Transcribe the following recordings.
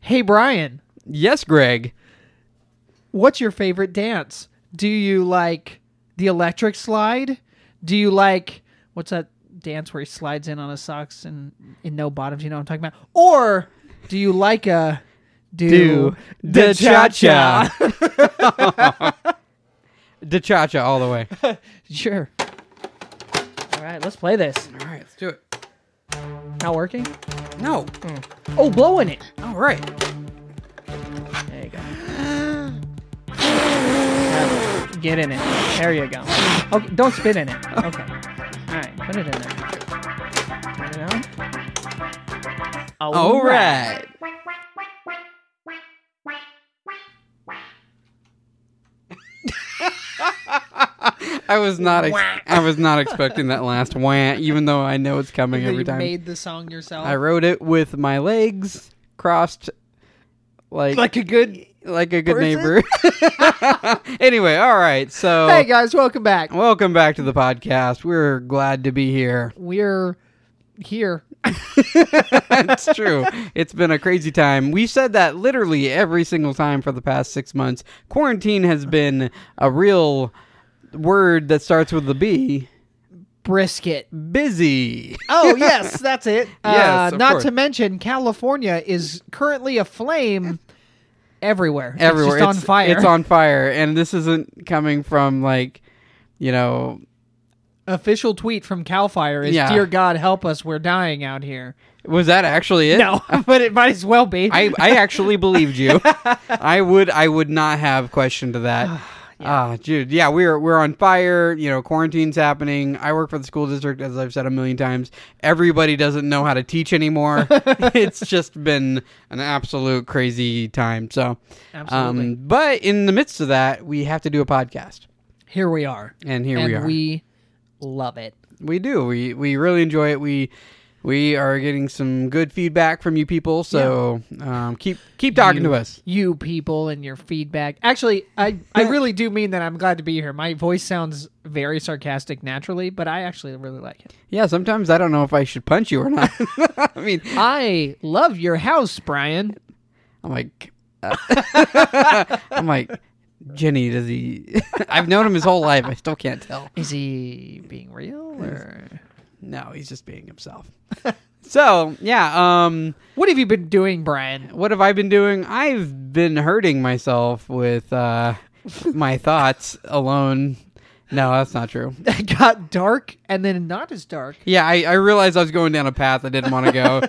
Hey, Brian, Yes, Greg. what's your favorite dance? Do you like the electric slide? Do you like what's that dance where he slides in on his socks and in no bottoms? You know what I'm talking about? Or do you like a do, Do the cha cha. The cha cha all the way. All Sure. All right, let's play this. right, let's do it. Not working? No. Oh, blowing it. All right. There you go. Now, Get in it. There you go. Okay, don't spit in it. Okay. All right, put it in there. Turn it on. All right. I was not ex- I was not expecting that last wah, even though I know it's coming You every time. made the song yourself. I wrote it with my legs crossed like like a good. like a good person? neighbor. anyway, all right. So Hey guys, welcome back. welcome back to the podcast. We're glad to be here. We're here. That's true. It's been a crazy time. We've said that literally every single time for the past six months. Quarantine has been a real word that starts with the B. Brisket. Busy. Oh yes, that's it. uh, Yes, of not course. to mention California is currently aflame everywhere. Everywhere. it's just on fire. It's on fire. And this isn't coming from like, you know, Official tweet from Cal Fire is Yeah. "Dear God, help us, we're dying out here." was that actually it? No, but it might as well be. I, I actually believed you. I would I would not have questioned that. Ah, dude, yeah, we're we're on fire. You know, quarantine's happening. I work for the school district, as I've said a million times. Everybody doesn't know how to teach anymore. it's just been an absolute crazy time. So, um, Absolutely. but in the midst of that, we have to do a podcast, here we are, and here and we are. we love it. We do. We we really enjoy it. We we are getting some good feedback from you people. So um, keep keep talking you- to us. You people and your feedback. Actually, I, I really do mean that I'm glad to be here. My voice sounds very sarcastic naturally, but I actually really like it. Yeah, sometimes I don't know if I should punch you or not. I mean, I love your house, Brian. I'm like, uh, I'm like, Jenny, does he? I've known him his whole life. I still can't tell. Is he being real or No, he's just being himself. So yeah, um, what have you been doing, Brian? what have I been doing? I've been hurting myself with uh, my thoughts alone. No, that's not true. It got dark and then not as dark. Yeah, I, I realized I was going down a path I didn't want to go.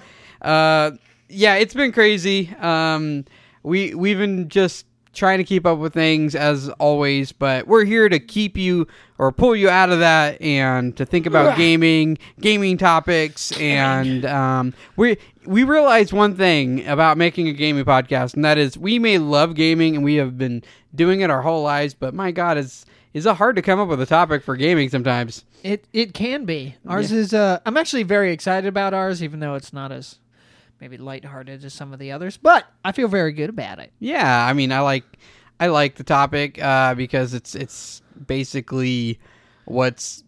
uh, yeah, it's been crazy. Um, we we've been just trying to keep up with things as always, but we're here to keep you or pull you out of that and to think about gaming, gaming topics, and um, we we realized one thing about making a gaming podcast, and that is we may love gaming and we have been doing it our whole lives, but my God, it's is it hard to come up with a topic for gaming sometimes? It it can be. Ours is uh I'm actually very excited about ours, even though it's not as maybe lighthearted as some of the others, but I feel very good about it. Yeah, I mean, I like I like the topic uh, because it's it's basically what's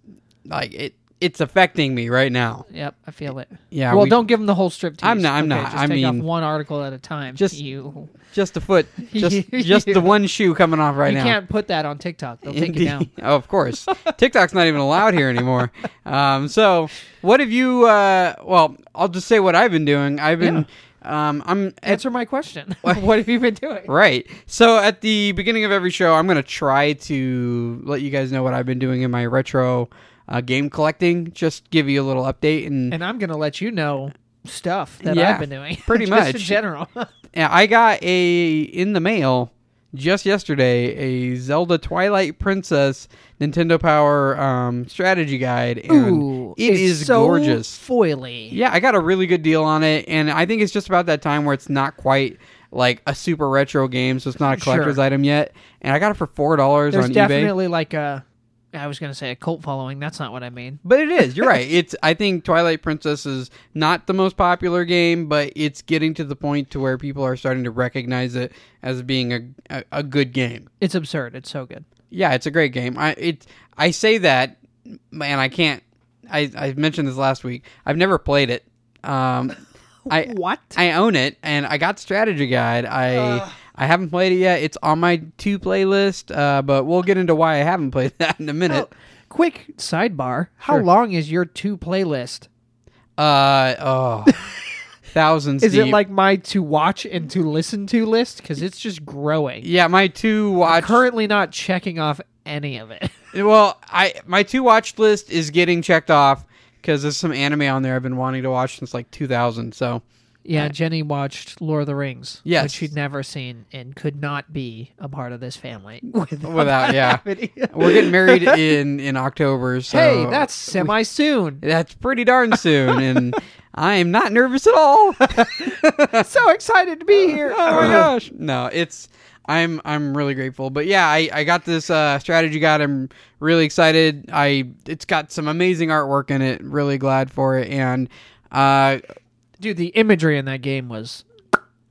like it it's affecting me right now. Yep, I feel it. Yeah, Well, we- don't give them the whole strip. Tease. I'm not- I'm not. Just I take mean- off one article at a time. Just- you. Just the foot, just You- just the one shoe coming off right You now. can't put that on TikTok. They'll take it Indeed. down. Oh, of course. TikTok's not even allowed here anymore. Um, so, what have you? Uh, well, I'll just say what I've been doing. I've been. Um, I'm Answer my question. what have you been doing? Right. So at the beginning of every show, I'm going to try to let you guys know what I've been doing in my retro uh, game collecting. Just give you a little update, and, And I'm gonna let you know stuff that Yeah, I've been doing. pretty Just in much. general. and I got a in the mail just yesterday a Zelda Twilight Princess Nintendo Power um, strategy guide, and Ooh, it it's is so gorgeous. Foily. Yeah, I got a really good deal on it, and I think it's just about that time where it's not quite like a super retro game, so it's not a collector's Sure. item yet. And I got it for four dollars There's on eBay. definitely like a. I was gonna say a cult following. That's not what I mean. But it is. You're right. It's. I think Twilight Princess is not the most popular game, but it's getting to the point to where people are starting to recognize it as being a a, a good game. It's absurd. It's so good. Yeah, it's a great game. I it. I say that, man. I can't. I I mentioned this last week. I've never played it. Um, I what? I own it, and I got strategy guide. I I haven't played it yet. It's on my two playlist, uh, but we'll get into why I haven't played that in a minute. Quick sidebar. How Sure. long is your two playlist? Uh oh, thousands. Is it deep. like my to watch and to listen to list? Because it's just growing. yeah? My two watch. Currently not checking off any of it. well, I my two watch list is getting checked off because there's some anime on there I've been wanting to watch since like 2000. So yeah, Jenny watched Lord of the Rings, Yes. which she'd never seen and could not be a part of this family without, without yeah, having- we're getting married in in October. So hey, that's semi soon. that's pretty darn soon, and I am not nervous at all. so excited to be here. oh my gosh no it's i'm i'm really grateful but yeah i i got this uh strategy guide i'm really excited i it's got some amazing artwork in it really glad for it and uh Dude, the imagery in that game was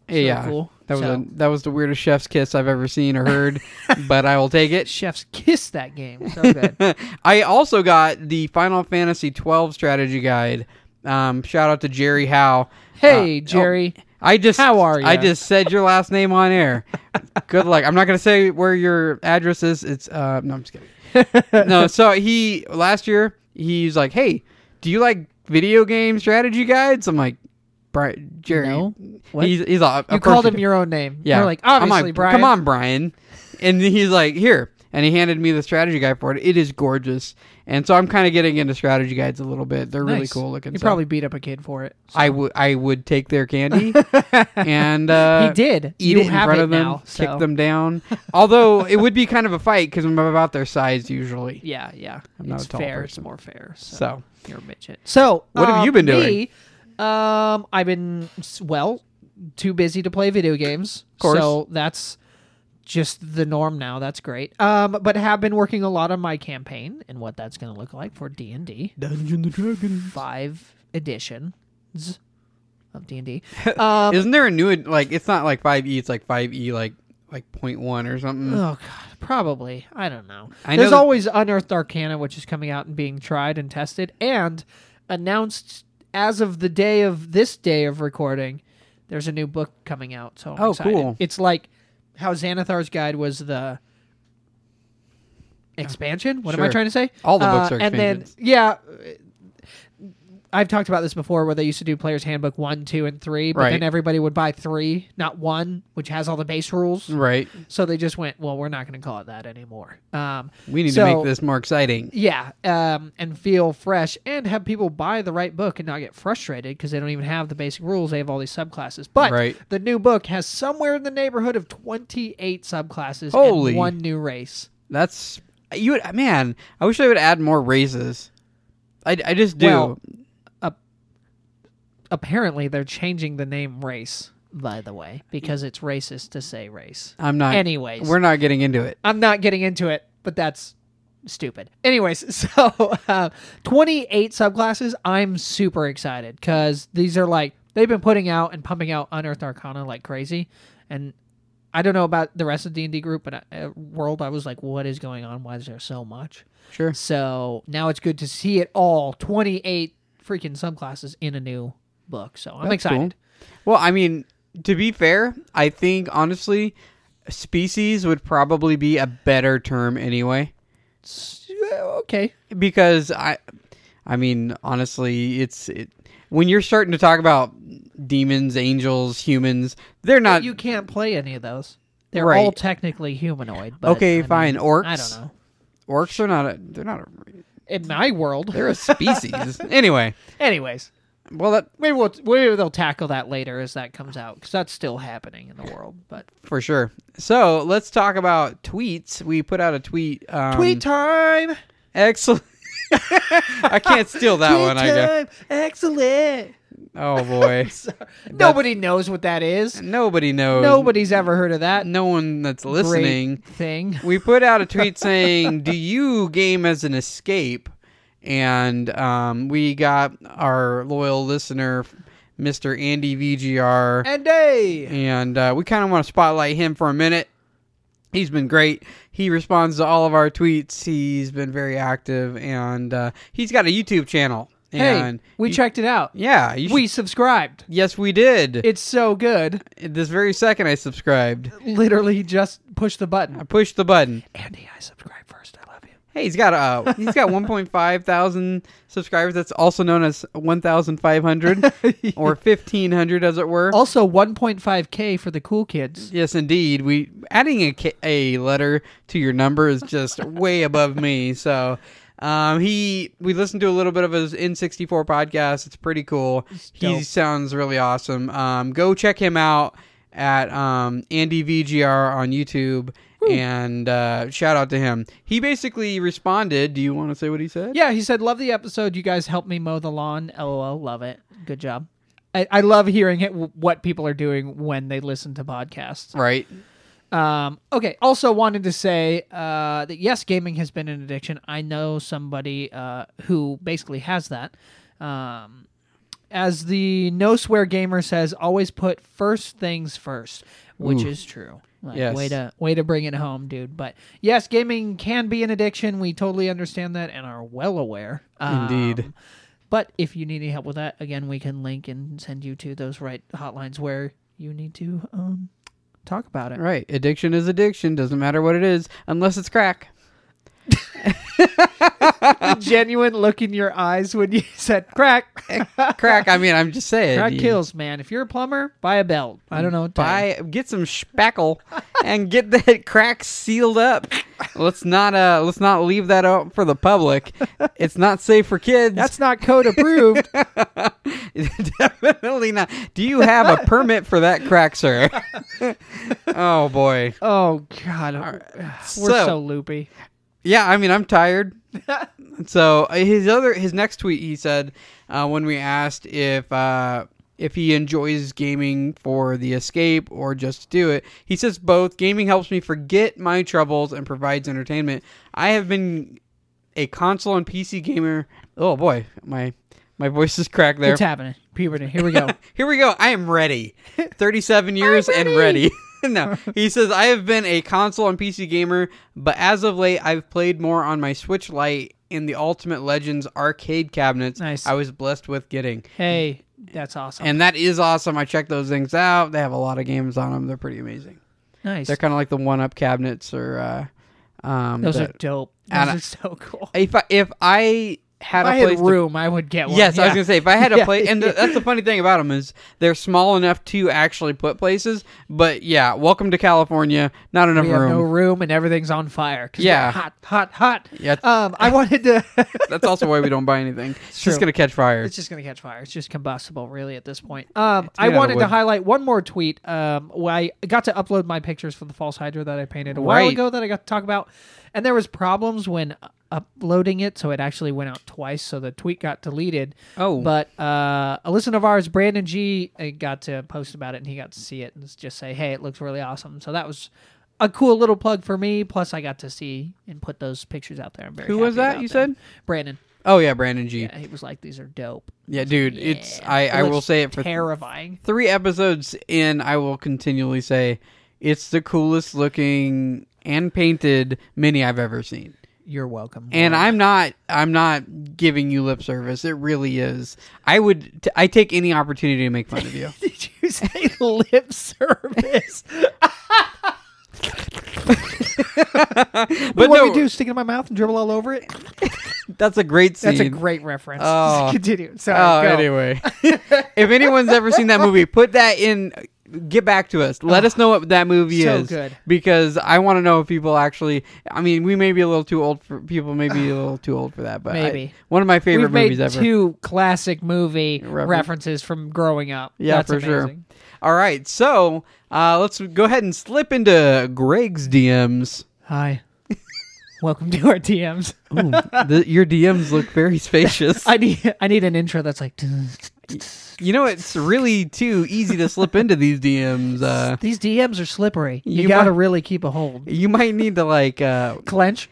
yeah cool. that was So- a, that was the weirdest chef's kiss i've ever seen or heard but i will take it chef's kiss that game. So good. I also got the Final Fantasy twelve strategy guide. Um, shout out to Jerry Howe. Hey, Uh, oh, Jerry. I just How are I ya? just said your last name on air. Good luck. I'm not gonna say where your address is. It's uh no, I'm just kidding. no, so he last year he's like, hey, do you like video game strategy guides? I'm like, Brian, Jerry. No. What? He's he's like, You called him your own name. yeah. You're like, I'm obviously, like, Brian. Come on, Brian. And he's like, here. And he handed me the strategy guide for it. It is gorgeous. And so I'm kind of getting into strategy guides a little bit. They're really Nice. cool looking. You so probably beat up a kid for it. I would I would take their candy and uh, he did. eat you it in have front it of them, now, kick so- them down. Although it would be kind of a fight because I'm about their size usually. Yeah, yeah. not it's a tall fair. person. It's more fair. So, So you're a midget. So What have uh, you been doing? me, um, I've been s- well too busy to play video games. Of course. So that's just the norm now. That's great. Um, but have been working a lot on my campaign and what that's going to look like for D and D Dungeon the Dragon. five editions of D and D. Um, Isn't there a new like? It's not like five e. It's like five e like like point one or something. Oh god, probably. I don't know. Mm. I There's know that- always Unearthed Arcana, which is coming out and being tried and tested and announced as of the day of this day of recording. There's a new book coming out, so I'm Oh, excited. cool. It's like how Xanathar's Guide was the expansion. What am I Sure. trying to say? Uh, All the books are and then expansions. yeah. I've talked about this before where they used to do Player's Handbook 1, 2, and 3, but Right. then everybody would buy 3, not 1, which has all the base rules. Right. So they just went, well, we're not going to call it that anymore. Um, We need to so- make this more exciting. Yeah, um, and feel fresh and have people buy the right book and not get frustrated because they don't even have the basic rules. They have all these subclasses. But Right. the new book has somewhere in the neighborhood of 28 subclasses Holy. and one new race. That's you would man. I wish I would add more races. I, I just do. Well- Apparently, they're changing the name race, by the way, because it's racist to say race. I'm not. Anyways. we're not getting into it. I'm not getting into it, but that's stupid. Anyways, so uh, 28 subclasses. I'm super excited because these are like they've been putting out and pumping out Unearthed Arcana like crazy, and I don't know about the rest of D and D group, but I, uh, world, I was like, what is going on? Why is there so much? Sure. So now it's good to see it all 28 freaking subclasses in a new book. So I'm excited. Well, I mean, to be fair, I think honestly, species would probably be a better term anyway, S- Okay. because I, I mean, honestly, it's it, when you're starting to talk about demons, angels, humans, they're not you can't play any of those. They're Right. all technically humanoid. But Okay, I mean, fine. Orcs? I don't know. orcs. Are not a, they're not. A, In my world, they're a species anyway. anyways, Well, that maybe we'll maybe they'll tackle that later as that comes out because that's still happening in the world. But for sure. So let's talk about tweets. We put out a tweet. Um, tweet time, Excellent. I can't steal that tweet one. I guess. time, excellent. Oh boy. Nobody knows what that is. Nobody knows. Nobody's ever heard of that no one that's great listening. thing. We put out a tweet saying, "Do you game as an escape?" And um, we got our loyal listener, Mr. Andy VGR, And hey, and uh, we kind of want to spotlight him for a minute. He's been great. He responds to all of our tweets. He's been very active, and uh, he's got a YouTube channel. Hey, And we you- checked it out. Yeah, you We subscribed. should- yes, we did. It's so good. this very second, I subscribed. Literally just push the I button. pushed the button. Andy, I subscribe first. I love you. Hey, he's got uh, he's got 1.5 thousand subscribers. That's also known as 1,500 or 1,500, as it were. Also 1.5k for the cool kids. Yes, indeed. We adding a, ca- a letter to your number is just way above me. So, um, he we listened to a little bit of his N64 podcast. It's pretty cool. He dope. sounds really awesome. Um, go check him out at um, Andy VGR on YouTube. And uh, shout out to him. He basically responded. Do you want to say what he said? Yeah, he said, "Love the episode. You guys helped me mow the lawn. LOL, love it. Good job." I, I love hearing it, what people are doing when they listen to podcasts. Right. Um, okay. Also wanted to say uh, that yes, gaming has been an addiction. I know somebody uh, who basically has that. Um, as the no swear gamer says, always put first things first, which is true. Like, Yes. Way to way to bring it home, dude. But yes, gaming can be an addiction. We totally understand that and are well aware. Um, Indeed. But if you need any help with that, again, we can link and send you to those right hotlines where you need to um, talk about it. Right. Addiction is addiction. Doesn't matter what it is, unless it's crack. genuine look in your eyes when you said crack. Crack. I mean, I'm just saying. crack you- kills, man. If you're a plumber, buy a belt. I don't know. What to tell you. buy get some spackle and get that crack sealed up. Let's not uh let's not leave that out for the public. It's not safe for kids. That's not code approved. definitely not. Do you have a permit for that crack, sir? oh boy. oh God, we're so, So- loopy. Yeah, I mean, I'm tired. so uh, his other his next tweet, he said, uh, when we asked if uh, if he enjoys gaming for the escape or just to do it, he says both. Gaming helps me forget my troubles and provides entertainment. I have been a console and PC gamer. Oh boy, my my voice is cracked there. It's happening. Puberty. Here we go. Here we go. I am ready. 37 years and ready. no, he says, I have been a console and PC gamer, but as of late, I've played more on my Switch Lite and the Ultimate Legends arcade cabinets Nice. I was blessed with getting. hey, that's awesome. And that is awesome. I checked those things out. They have a lot of games on them. They're pretty amazing. nice. They're kind of like the one up cabinets or. Uh, um, Those that- are dope. and Those I- are so cool. If I, if I If had a I place had to room, I would get one. Yes, I Yeah. was gonna say if I had a Yeah. place, and the, that's the funny thing about them is they're small enough to actually put places. But yeah, welcome to California. Not enough We have room. no room and everything's on fire. 'cause we're Yeah. hot, hot, hot. Yeah. Um, I wanted to. that's also why we don't buy anything. It's just true. gonna catch fire. it's just going to catch fire. It's just combustible, really, at this point. Um, I made out of wanted to wood. highlight one more tweet. Um, where I got to upload my pictures for the false hydra that I painted a while Right. ago that I got to talk about, and there was problems when u- uploading it, so it actually went out twice, so the tweet got deleted. Oh. but uh, a listener of ours, Brandon G, uh, got to post about it, and he got to see it and just say, "Hey, it looks really awesome." So that was. A cool little plug for me. Plus, I got to see and put those pictures out there. I'm very Who happy was that about you them. said? Brandon. oh yeah, Brandon G. Yeah, Yeah, he was like, "These are dope." dude. It's Yeah. I I looks will say it for terrifying. three episodes in. I will continually say it's the coolest looking and painted mini I've ever seen. You're welcome. and I'm not I'm not giving you lip service. It really is. I would t- I take any opportunity to make fun of you. did you say lip service? but what no, we do? Stick it in my mouth and dribble all over it. that's a great scene. That's a great reference. Oh. Continue. Sorry. Oh, go. anyway, if anyone's ever seen that movie, put that in. Get back to us. Let us know what that movie Oh, so is. good. Because I want to know if people actually. I mean, we may be a little too old for people. May be a little too old for that. But I- Maybe. one of my favorite We've made movies ever. two classic movie Reference. references from growing up. Yeah, That's for amazing. sure. All right, so uh, let's go ahead and slip into Greg's DMs. Hi. Welcome to our DMs. Ooh, the, your DMs look very spacious. I need I need an intro that's like you know, it's really too easy to slip into these DMs. Uh, these DMs are slippery. You, You got to might- really keep a hold. you might need to like, uh, Clench.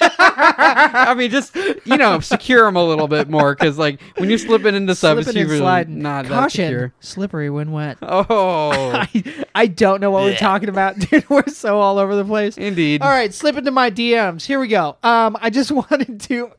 I mean, just you know, secure them a little bit more because, like, when you're slipping into stuff, Slipping it's and usually sliding. not that Caution. secure. Slippery when wet. Oh, I, I don't know what we're talking about, dude. We're so all over the place. indeed. All right, slip into my DMs. Here we go. Um, I just wanted to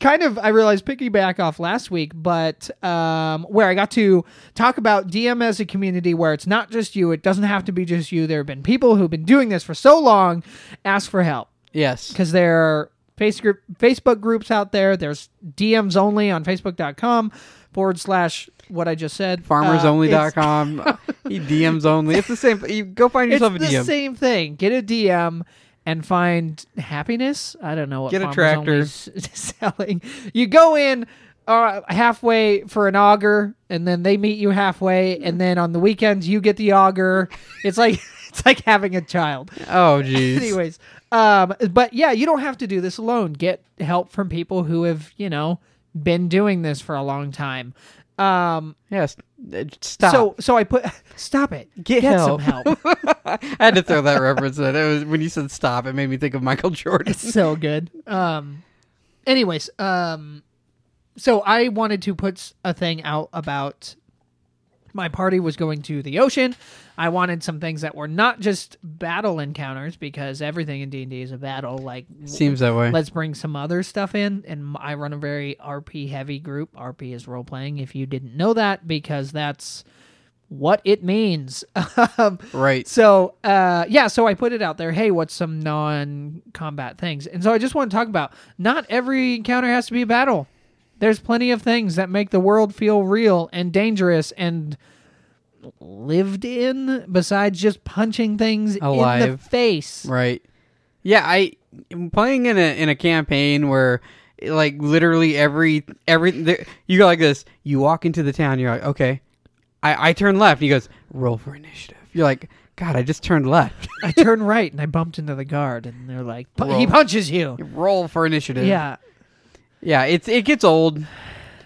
kind of I realized piggyback off last week, but um, where I got to talk about DM as a community where it's not just you, it doesn't have to be just you. There have been people who've been doing this for so long, ask for help Yes. because there are face group, Facebook groups out there. There's DMs only on Facebook.com forward slash what I just said. Uh, dot com. Farmersonly.com. he DMs E, only. It's the same. You go find yourself uh, it's a the DM. same thing. Get a DM and find happiness. I don't know what Get a Farmers tractor. Only's selling. You go in uh, halfway for an auger, and then they meet you halfway, and then on the weekends you get the auger. It's like it's like having a child. Oh, jeez. Anyways, um, but yeah, you don't have to do this alone. Get help from people who have you know been doing this for a long time. Um, Yes. Uh, Stop. so so I put stop it. Get some help. help. I had to throw that reference in. It was, when you said stop, it made me think of Michael Jordan. It's so good. Um, anyways, um, so I wanted to put s- a thing out about my party was going to the ocean. I wanted some things that were not just battle encounters because everything in D and D is a battle. Like, w- Seems that way. let's bring some other stuff in. And m- I run a very RP heavy group. RP is role playing. If you didn't know that, because that's what it means. um, Right. so uh, yeah, so I put it out there. Hey, what's some non-combat things? And so I just want to talk about not every encounter has to be a battle. There's plenty of things that make the world feel real and dangerous and lived in besides just punching things in the Alive. face. Right. Yeah, I playing in a in a campaign where like literally every every there, you go like this. You walk into the town. You're like, okay, I I turn left. He goes, roll for initiative. You're like, God, I just turned left. I turn right and I bumped into the guard and they're like, "Pu- Roll. "He punches you." roll for initiative. Yeah. Yeah, it's it gets old.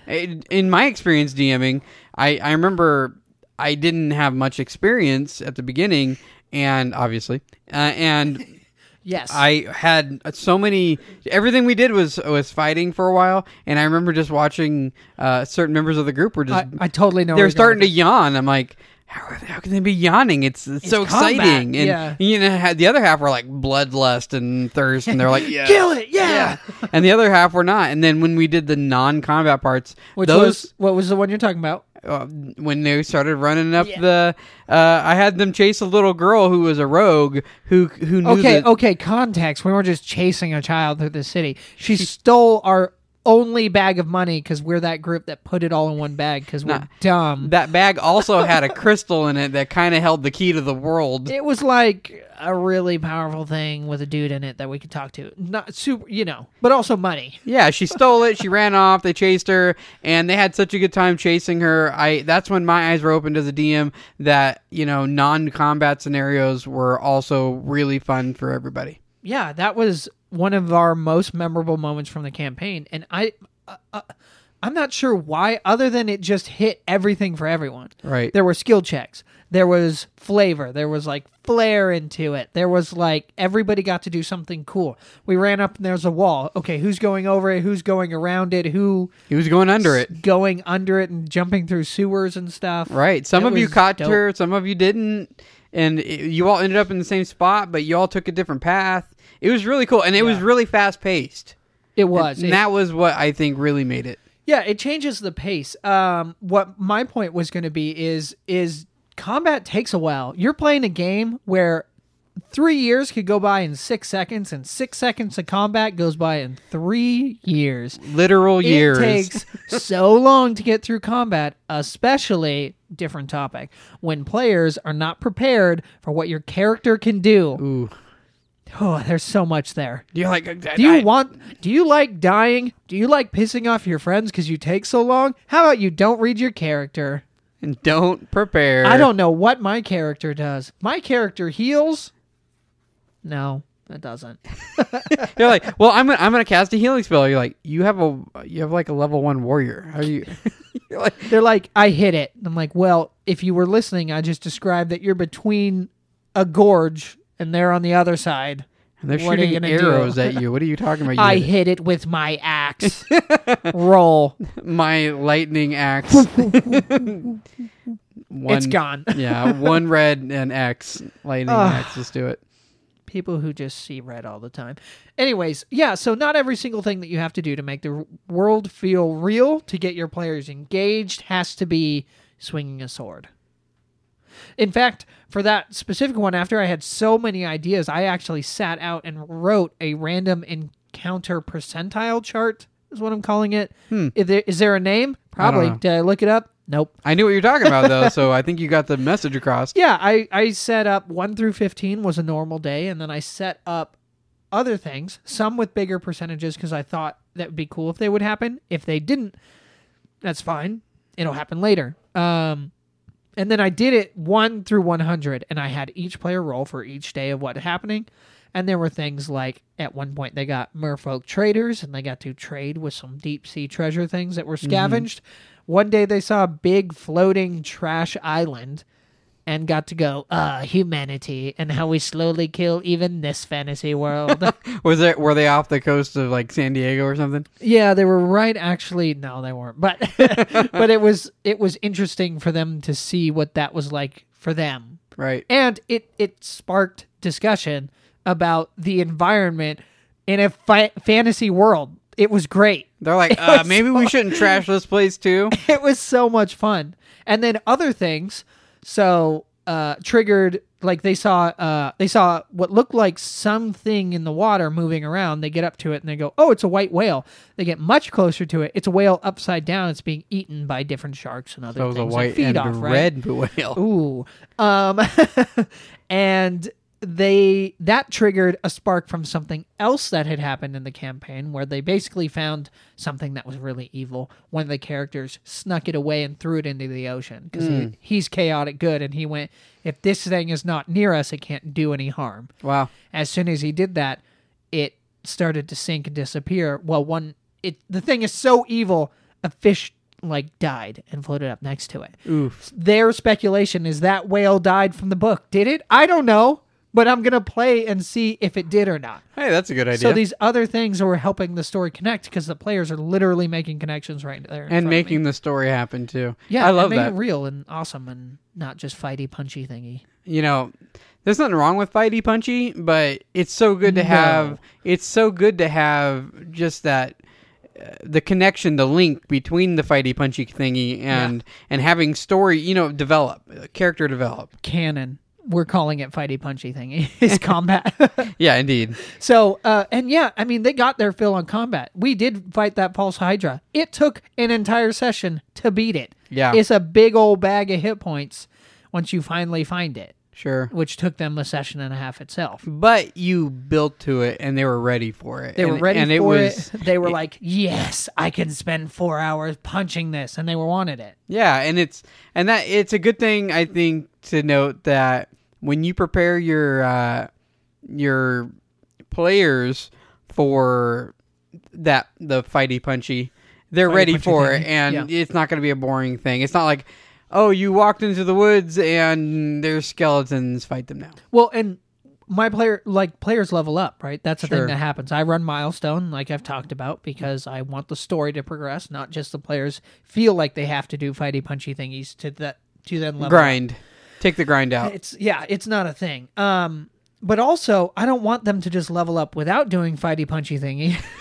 It, in my experience DMing, I I remember I didn't have much experience at the beginning, and obviously, uh, and Yes. I had so many. Everything we did was was fighting for a while, and I remember just watching uh, certain members of the group were just I, I totally know. they were starting to yawn. I'm like, how, are they, how can they be yawning? It's, it's, so combat, exciting, and yeah. you know, had- the other half were like bloodlust and thirst, and they're like, yeah. kill it. Yeah. and the other half were not. And then when we did the non-combat parts, Which those was what was the one you're talking about? uh, when they started running up Yeah. the, uh, I had them chase a little girl who was a rogue who who knew Okay, that- okay, context. We weren't just chasing a child through the city. She stole our only bag of money because we're that group that put it all in one bag because we're Nah. dumb. That bag also had a crystal in it that kind of held the key to the world. it was like a really powerful thing with a dude in it that we could talk to. Not super, you know, but also money. Yeah, she stole it. She ran off. They chased her, and they had such a good time chasing her. I that's when my eyes were opened as a DM that you know non-combat scenarios were also really fun for everybody. Yeah, that was one of our most memorable moments from the campaign, and I, uh, uh, I'm not sure why, other than it just hit everything for everyone. Right. There were skill checks. There was flavor. There was like flair into it. There was like everybody got to do something cool. We ran up and there's a wall. Okay, who's going over it? Who's going around it? Who He was going under it. going under it and jumping through sewers and stuff? Right. Some It of you was caught dope. her. Some of you didn't, and it, you all ended up in the same spot, but you all took a different path. It was really cool, and it was really fast paced. It was. And It- that was what I think really made it. Yeah, it changes the pace. Um, what my point was going to be is is combat takes a while. You're playing a game where three years could go by in six seconds, and six seconds of combat goes by in three years. Literal years. It takes so long to get through combat, especially different topic when players are not prepared for what your character can do. Ooh. Oh, there's so much there. You're like, I- Do you I- want? Do you like dying? Do you like pissing off your friends because you take so long? How about you don't read your character? and don't prepare. I don't know what my character does. My character heals. No, it doesn't. You're like, well, I'm gonna, I'm gonna cast a healing spell. You're like, you have a, you have like a level one warrior. How you? You're like, They're like, I hit it. I'm like, well, if you were listening, I just described that you're between a gorge and they're on the other side. and they're What are you shooting gonna do? arrows at you. What are you talking about? You I hit hit it with my axe. Roll. it. my lightning axe. one, It's gone. yeah, one red and X lightning axe. Let's do it. people who just see red all the time. Anyways, yeah, so not every single thing that you have to do to make the r- world feel real to get your players engaged has to be swinging a sword. In fact, for that specific one, after I had so many ideas, I actually sat out and wrote a random encounter percentile chart, is what I'm calling it. Is, there, is there a name? Probably. know. Did I look it up? Nope. I knew what you were talking about though, so I think you got the message across. Yeah, I, I set up 1 through 15 was a normal day, and then I set up other things, some with bigger percentages because I thought that would be cool if they would happen. If they didn't, that's fine. It'll happen later. Um, and then I did it 1 through 100, and I had each player roll for each day of what happening. And there were things like at one point they got merfolk traders and they got to trade with some deep sea treasure things that were scavenged. One day they saw a big floating trash island and got to go, uh, humanity and how we slowly kill even this fantasy world. Was it were they off the coast of like San Diego or something? yeah, they were right actually no, they weren't. But but it was it was interesting for them to see what that was like for them. Right. And it it sparked discussion about the environment in a fi- fantasy world. It was great. They're like, uh, maybe we shouldn't trash this place too. it was so much fun. And then other things, so uh, triggered like they saw uh, they saw what looked like something in the water moving around. They get up to it and they go, "Oh, it's a white whale." They get much closer to it. It's a whale upside down. It's being eaten by different sharks and other That was things a that white feed and off, a right? red whale. Ooh. Um, and they that triggered a spark from something else that had happened in the campaign where they basically found something that was really evil. One of the characters snuck it away and threw it into the ocean because he's chaotic good and he went, if this thing is not near us, it can't do any harm. Wow. As soon as he did that, it started to sink and disappear. Well, one it the thing is so evil, a fish like died and floated up next to it Oof. their speculation is that whale died from the book. Did it? I don't know, but I'm gonna play and see if it did or not. Hey, that's a good idea. So these other things are helping the story connect because the players are literally making connections right there in front and of me. making the story happen too. yeah, I and love make that. it real and awesome and not just fighty punchy thingy. you know, there's nothing wrong with fighty punchy, but it's so good to No. have. It's so good to have just that uh, the connection, the link between the fighty punchy thingy and and having story, you know, develop uh, character develop. Canon. We're calling it fighty punchy thingy. Is combat. Yeah, indeed. So, uh, and yeah, I mean, they got their fill on combat. We did fight that false Hydra. It took an entire session to beat it. Yeah. It's a big old bag of hit points once you finally find it, Sure. which took them a session and a half itself. But you built to it, and they were ready for it. They were And- ready and for it. Was, it. They were like, yes, I can spend four hours punching this. And they were wanted it. Yeah, and it's and that it's a good thing I think to note that when you prepare your uh, your players for that the fighty punchy, they're ready punchy for thing, it, and yeah. it's not going to be a boring thing. It's not like oh you walked into the woods and there's skeletons fight them now. Well, and my player like players level up, right? That's the Sure. thing that happens. I run milestone, like I've talked about, because I want the story to progress, not just the players feel like they have to do fighty punchy thingies to that to then level. up. Grind, take the grind out. It's yeah, it's not a thing. Um, but also I don't want them to just level up without doing fighty punchy thingy.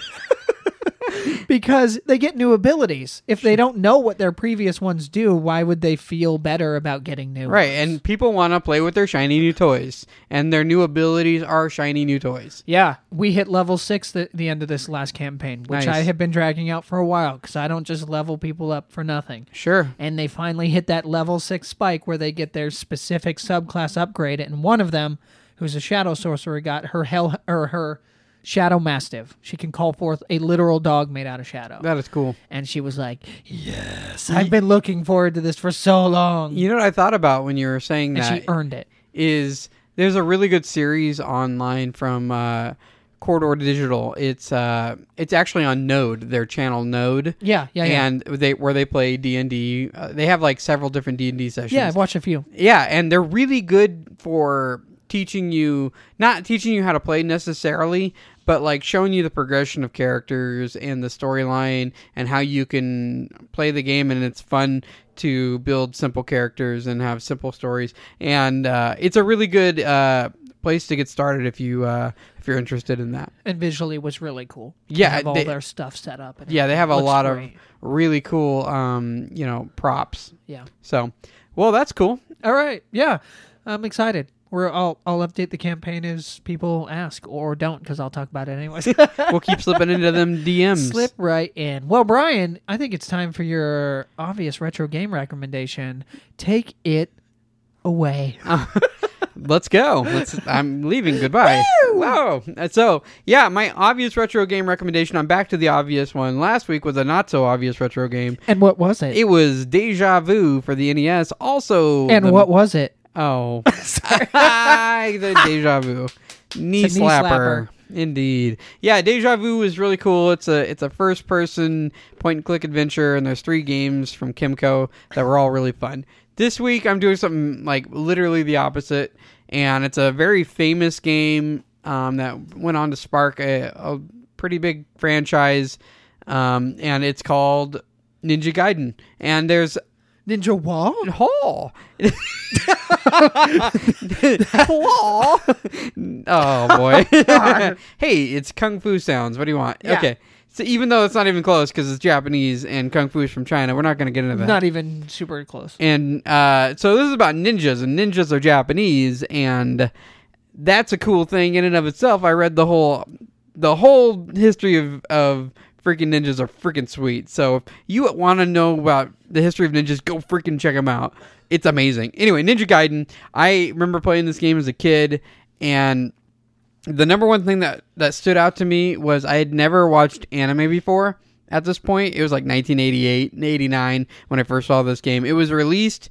Because they get new abilities. If they don't know what their previous ones do, why would they feel better about getting new? Right, ones? and people want to play with their shiny new toys, and their new abilities are shiny new toys. Yeah, we hit level six the, the end of this last campaign, which Nice. I have been dragging out for a while because I don't just level people up for nothing. Sure. And they finally hit that level six spike where they get their specific subclass upgrade, and one of them, who's a shadow sorcerer, got her hell or her shadow mastiff. She can call forth a literal dog made out of shadow. That is cool. and she was like, "Yes, I've been looking forward to this for so long." You know what I thought about when you were and saying that she is earned it. there's a really good series online from uh, Corridor Digital. It's uh, it's actually on Node, their channel Node, Yeah, yeah, yeah. and they where they play D and D. uh, They have like several different D and D sessions. yeah, I've watched a few. Yeah, and they're really good for teaching you not teaching you how to play necessarily, but like showing you the progression of characters and the storyline and how you can play the game and it's fun to build simple characters and have simple stories and uh, it's a really good uh, place to get started if you uh, if you're interested in that. and visually was really cool. They Yeah, have all they- their stuff set up. and Yeah, they have a everything. Looks lot great. of really cool, um, you know, props. yeah. So, well, that's cool. All right, yeah, I'm excited. We're I'll I'll update the campaign as people ask or don't because I'll talk about it anyways. We'll keep slipping into them DMs. Slip right in. Well, Brian, I think it's time for your obvious retro game recommendation. Take it away. Let's go. Let's, I'm leaving. Goodbye. Wow. And So, yeah, my obvious retro game recommendation. I'm back to the obvious one. Last week was a not so obvious retro game. And what was it? It was Deja Vu for the NES. Also, and the- what was it? Oh, the Deja Vu knee, It's a knee slapper. Indeed, yeah. Deja Vu is really cool. It's a it's a first person point and click adventure, and there's three games from Kimco that were all really fun. This week, I'm doing something like literally the opposite, and it's a very famous game um, that went on to spark a, a pretty big franchise, um, and it's called Ninja Gaiden. And there's Ninja Wall? hole. hole. oh boy. hey, it's kung fu sounds. What do you want? Yeah. Okay. So even though it's not even close because it's Japanese and kung fu is from China, we're not going to get into that. Not even super close. And uh, so this is about ninjas, and ninjas are Japanese, and that's a cool thing in and of itself. I read the whole the whole history of of freaking ninjas are freaking sweet. So if you want to know about the history of ninjas, go freaking check them out. It's amazing. Anyway, Ninja Gaiden. I remember playing this game as a kid, and the number one thing that that stood out to me was I had never watched anime before. At this point, it was like 1988 and 89 when I first saw this game. It was released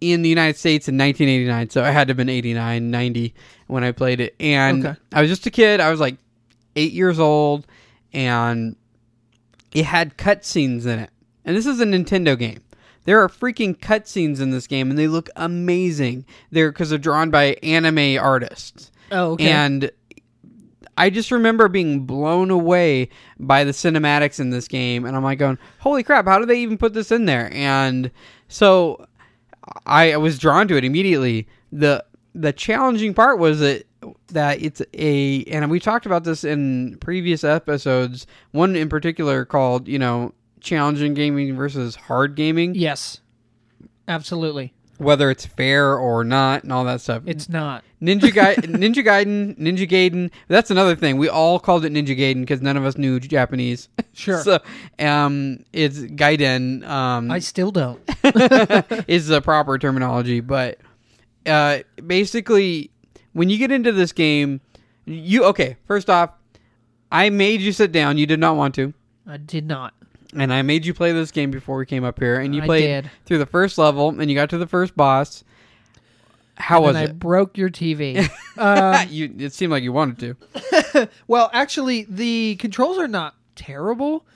in the United States in 1989, so I had to have been 89, 90 when I played it. And Okay. I was just a kid. I was like eight years old, and it had cutscenes in it. And this is a Nintendo game. There are freaking cutscenes in this game, and they look amazing. They're because they're drawn by anime artists. Oh, okay. And I just remember being blown away by the cinematics in this game, and I'm like going, "Holy crap! How did they even put this in there?" And so I I was drawn to it immediately. the The challenging part was that that it's a, and we talked about this in previous episodes. One in particular called, you know, challenging gaming versus hard gaming, yes. Absolutely. whether it's fair or not, and all that stuff. It's not. Ninja Ga- Ninja Gaiden, Ninja Gaiden. That's another thing. We all called it Ninja Gaiden because none of us knew Japanese. Sure. So, um, it's Gaiden. Um, I still don't. is the proper terminology, but uh, basically, when you get into this game, you okay. First off, I made you sit down. You did not want to, I did not. and I made you play this game before we came up here, and you I played did. through the first level, and you got to the first boss. How was and uh, I it? broke your TV. you, it seemed like you wanted to. Well, actually, the controls are not terrible.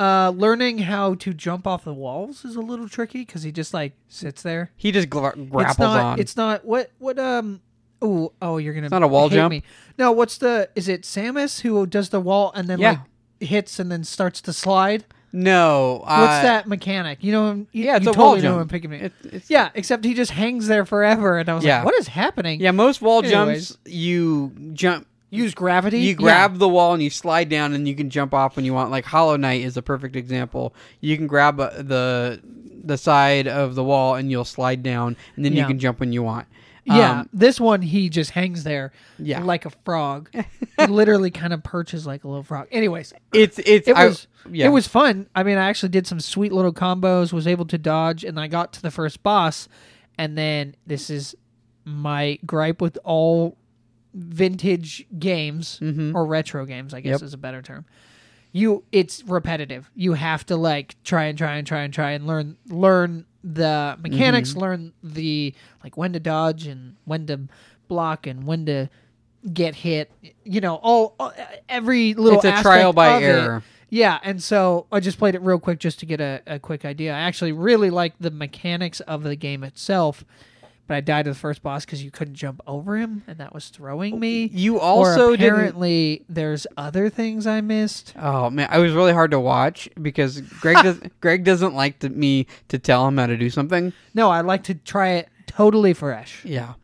Uh, learning how to jump off the walls is a little tricky because he just like sits there. He just gra- grapples it's not. on. It's not what what um. Oh oh, you're gonna. It's not a wall jump? Me. No, what's the? Is it Samus who does the wall and then Yeah. like hits and then starts to slide? no. uh, What's that mechanic? You know, you, yeah, it's you a wall totally know jump. I'm picking it. It's- it's- yeah, except he just hangs there forever, and I was Yeah. like, what is happening? Yeah, most wall Anyways. jumps you jump. use gravity. You Yeah. grab the wall and you slide down, and you can jump off when you want. Like Hollow Knight is a perfect example. You can grab uh, the the side of the wall and you'll slide down, and then you Yeah. can jump when you want. Yeah, Um, this one he just hangs there, Yeah. like a frog. he literally kind of perches like a little frog. Anyways, it's it's it I- was yeah. it was fun. I mean, I actually did some sweet little combos. Was able to dodge, and I got to the first boss. And then this is my gripe with all vintage games or retro games, I guess Mm-hmm. Yep. is a better term. You, it's repetitive. You have to like try and try and try and try and learn learn the mechanics, Mm-hmm. learn the like when to dodge and when to block and when to get hit. You know, all, all- every little It's a aspect trial by of it. error. Yeah, and so I just played it real quick just to get a, a quick idea. I actually really like the mechanics of the game itself, but I died to the first boss because you couldn't jump over him, and that was throwing me. You Or also didn't. apparently there's other things I missed. Oh man, I was really hard to watch because Greg does, Greg doesn't like to, me to tell him how to do something. No, I like to try it totally fresh. Yeah.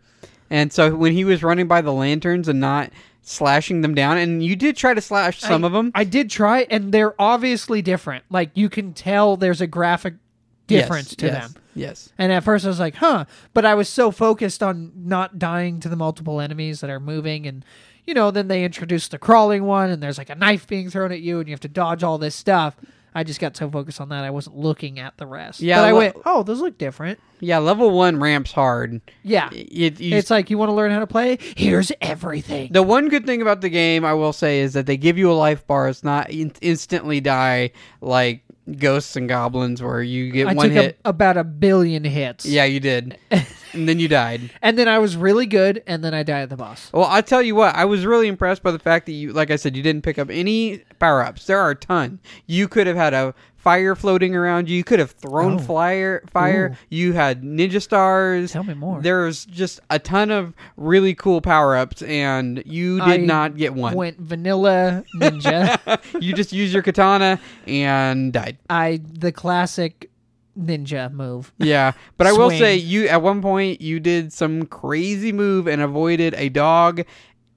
And so when he was running by the lanterns and not slashing them down, and you did try to slash some I- of them. I did try, and they're obviously different. Like you can tell there's a graphic Yes, difference to yes, them. Yes. And at first I was like, huh. But I was so focused on not dying to the multiple enemies that are moving. And, you know, then they introduced the crawling one, and there's like a knife being thrown at you, and you have to dodge all this stuff. I just got so focused on that I wasn't looking at the rest. Yeah, But I le- went, oh, those look different. Yeah, level one ramps hard. Yeah. It, you It's like, you want to learn how to play? Here's everything. The one good thing about the game, I will say, is that they give you a life bar. It's not in- instantly die like ghosts and goblins, where you get I one took a, hit. about a billion hits. yeah, you did, and then you died. And then I was really good, and then I died at the boss. Well, I tell you what, I was really impressed by the fact that you, like I said, you didn't pick up any power ups. There are a ton. You could have had a fire floating around you. You could have Oh. thrown flyer fire. You had ninja stars. Tell me more. There's just a ton of really cool power ups, and you did I not get one. Went vanilla ninja. you just used your katana and died. I the classic ninja move. Yeah, but I will Swing. say you at one point you did some crazy move and avoided a dog,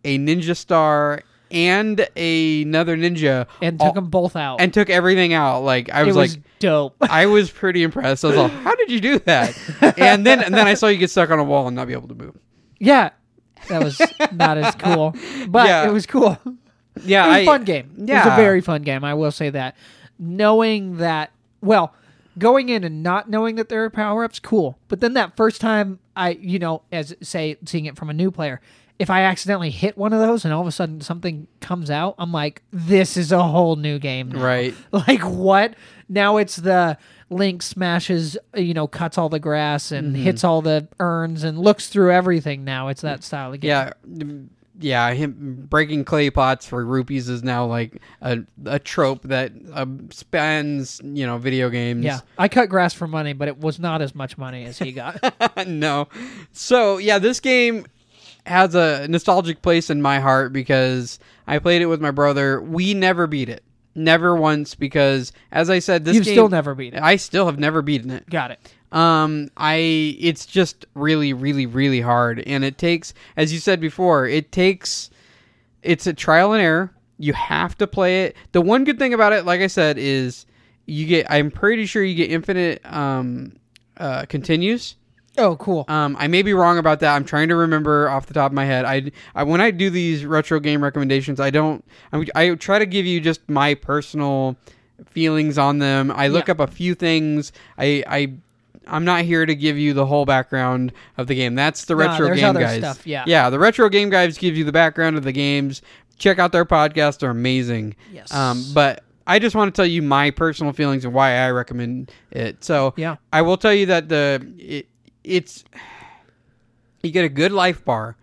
a ninja star, and another ninja, and all- took them both out. and took everything out. Like I it was, was, like, dope. I was pretty impressed. I was like, how did you do that? and then and then I saw you get stuck on a wall and not be able to move. yeah, that was not as cool, but Yeah. it was cool. It was Yeah, a I- fun game. it was yeah. a very fun game. I will say that. Knowing that, well, going in and not knowing that there are power ups, cool. But then that first time, I you know, as say seeing it from a new player. If I accidentally hit one of those and all of a sudden something comes out, I'm like, this is a whole new game. now. Right. Like what? Now it's the Link smashes, you know, cuts all the grass and Mm-hmm. hits all the urns and looks through everything. Now it's Mm. that style of game. Yeah. Yeah, him breaking clay pots for rupees is now like a a trope that um, spans you know video games. Yeah. I cut grass for money, but it was not as much money as he got. no. So yeah, this game has a nostalgic place in my heart because I played it with my brother. We never beat it, never once. Because as I said, this You've game still never beat it. I still have never beaten it. Got it. Um, I it's just really, really, really hard, and it takes, as you said before, it takes. It's a trial and error. You have to play it. The one good thing about it, like I said, is you get. I'm pretty sure you get infinite um, uh, continues. Oh, cool. Um, I may be wrong about that. I'm trying to remember off the top of my head. I, I when I do these retro game recommendations, I don't. I, I try to give you just my personal feelings on them. I look Yeah. up a few things. I I. I'm not here to give you the whole background of the game. That's the Nah, retro there's game other guys. stuff, yeah. yeah, the retro game guys gives you the background of the games. Check out their podcast; they're amazing. Yes. Um, but I just want to tell you my personal feelings and why I recommend it. So Yeah. I will tell you that the it, it's you get a good life bar,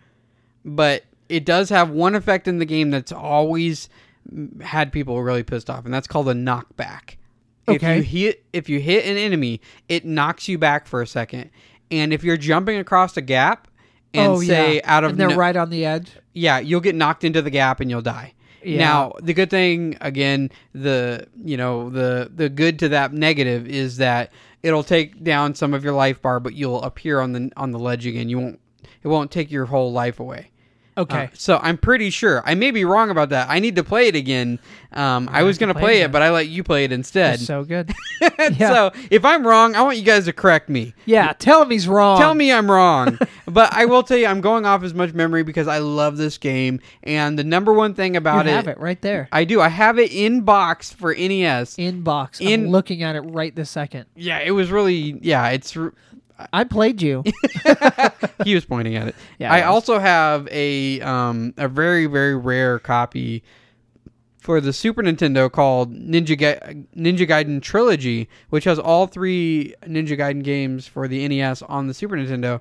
but it does have one effect in the game that's always mm, had people really pissed off, and that's called a knockback. Okay. If you hit if you hit an enemy, it knocks you back for a second, and if you're jumping across a gap and oh, say yeah. out of and they're no- right on the edge. yeah, you'll get knocked into the gap and you'll die. Yeah. Now, the good thing again, the you know, the the good to that negative is that it'll take down some of your life bar, but you'll appear on the on the ledge again. You won't it won't take your whole life away. Uh, Okay. So I'm pretty sure. I may be wrong about that. I need to play it again. Um, I was gonna play play it it, but I let you play it instead. That's so good. so if I'm wrong, I want you guys to correct me. Yeah. Tell him he's wrong. Tell me I'm wrong. but I will tell you, I'm going off as much memory because I love this game. And the number one thing You about have it right there. I do. I have it in box for NES. In box. I'm In- looking at it right this second. yeah, it was really. Yeah, it's. r- I played you. He was pointing at it. Yeah, I it was. also have a um a very very rare copy for the Super Nintendo called Ninja Ga- Ninja Gaiden Trilogy, which has all three Ninja Gaiden games for the NES on the Super Nintendo,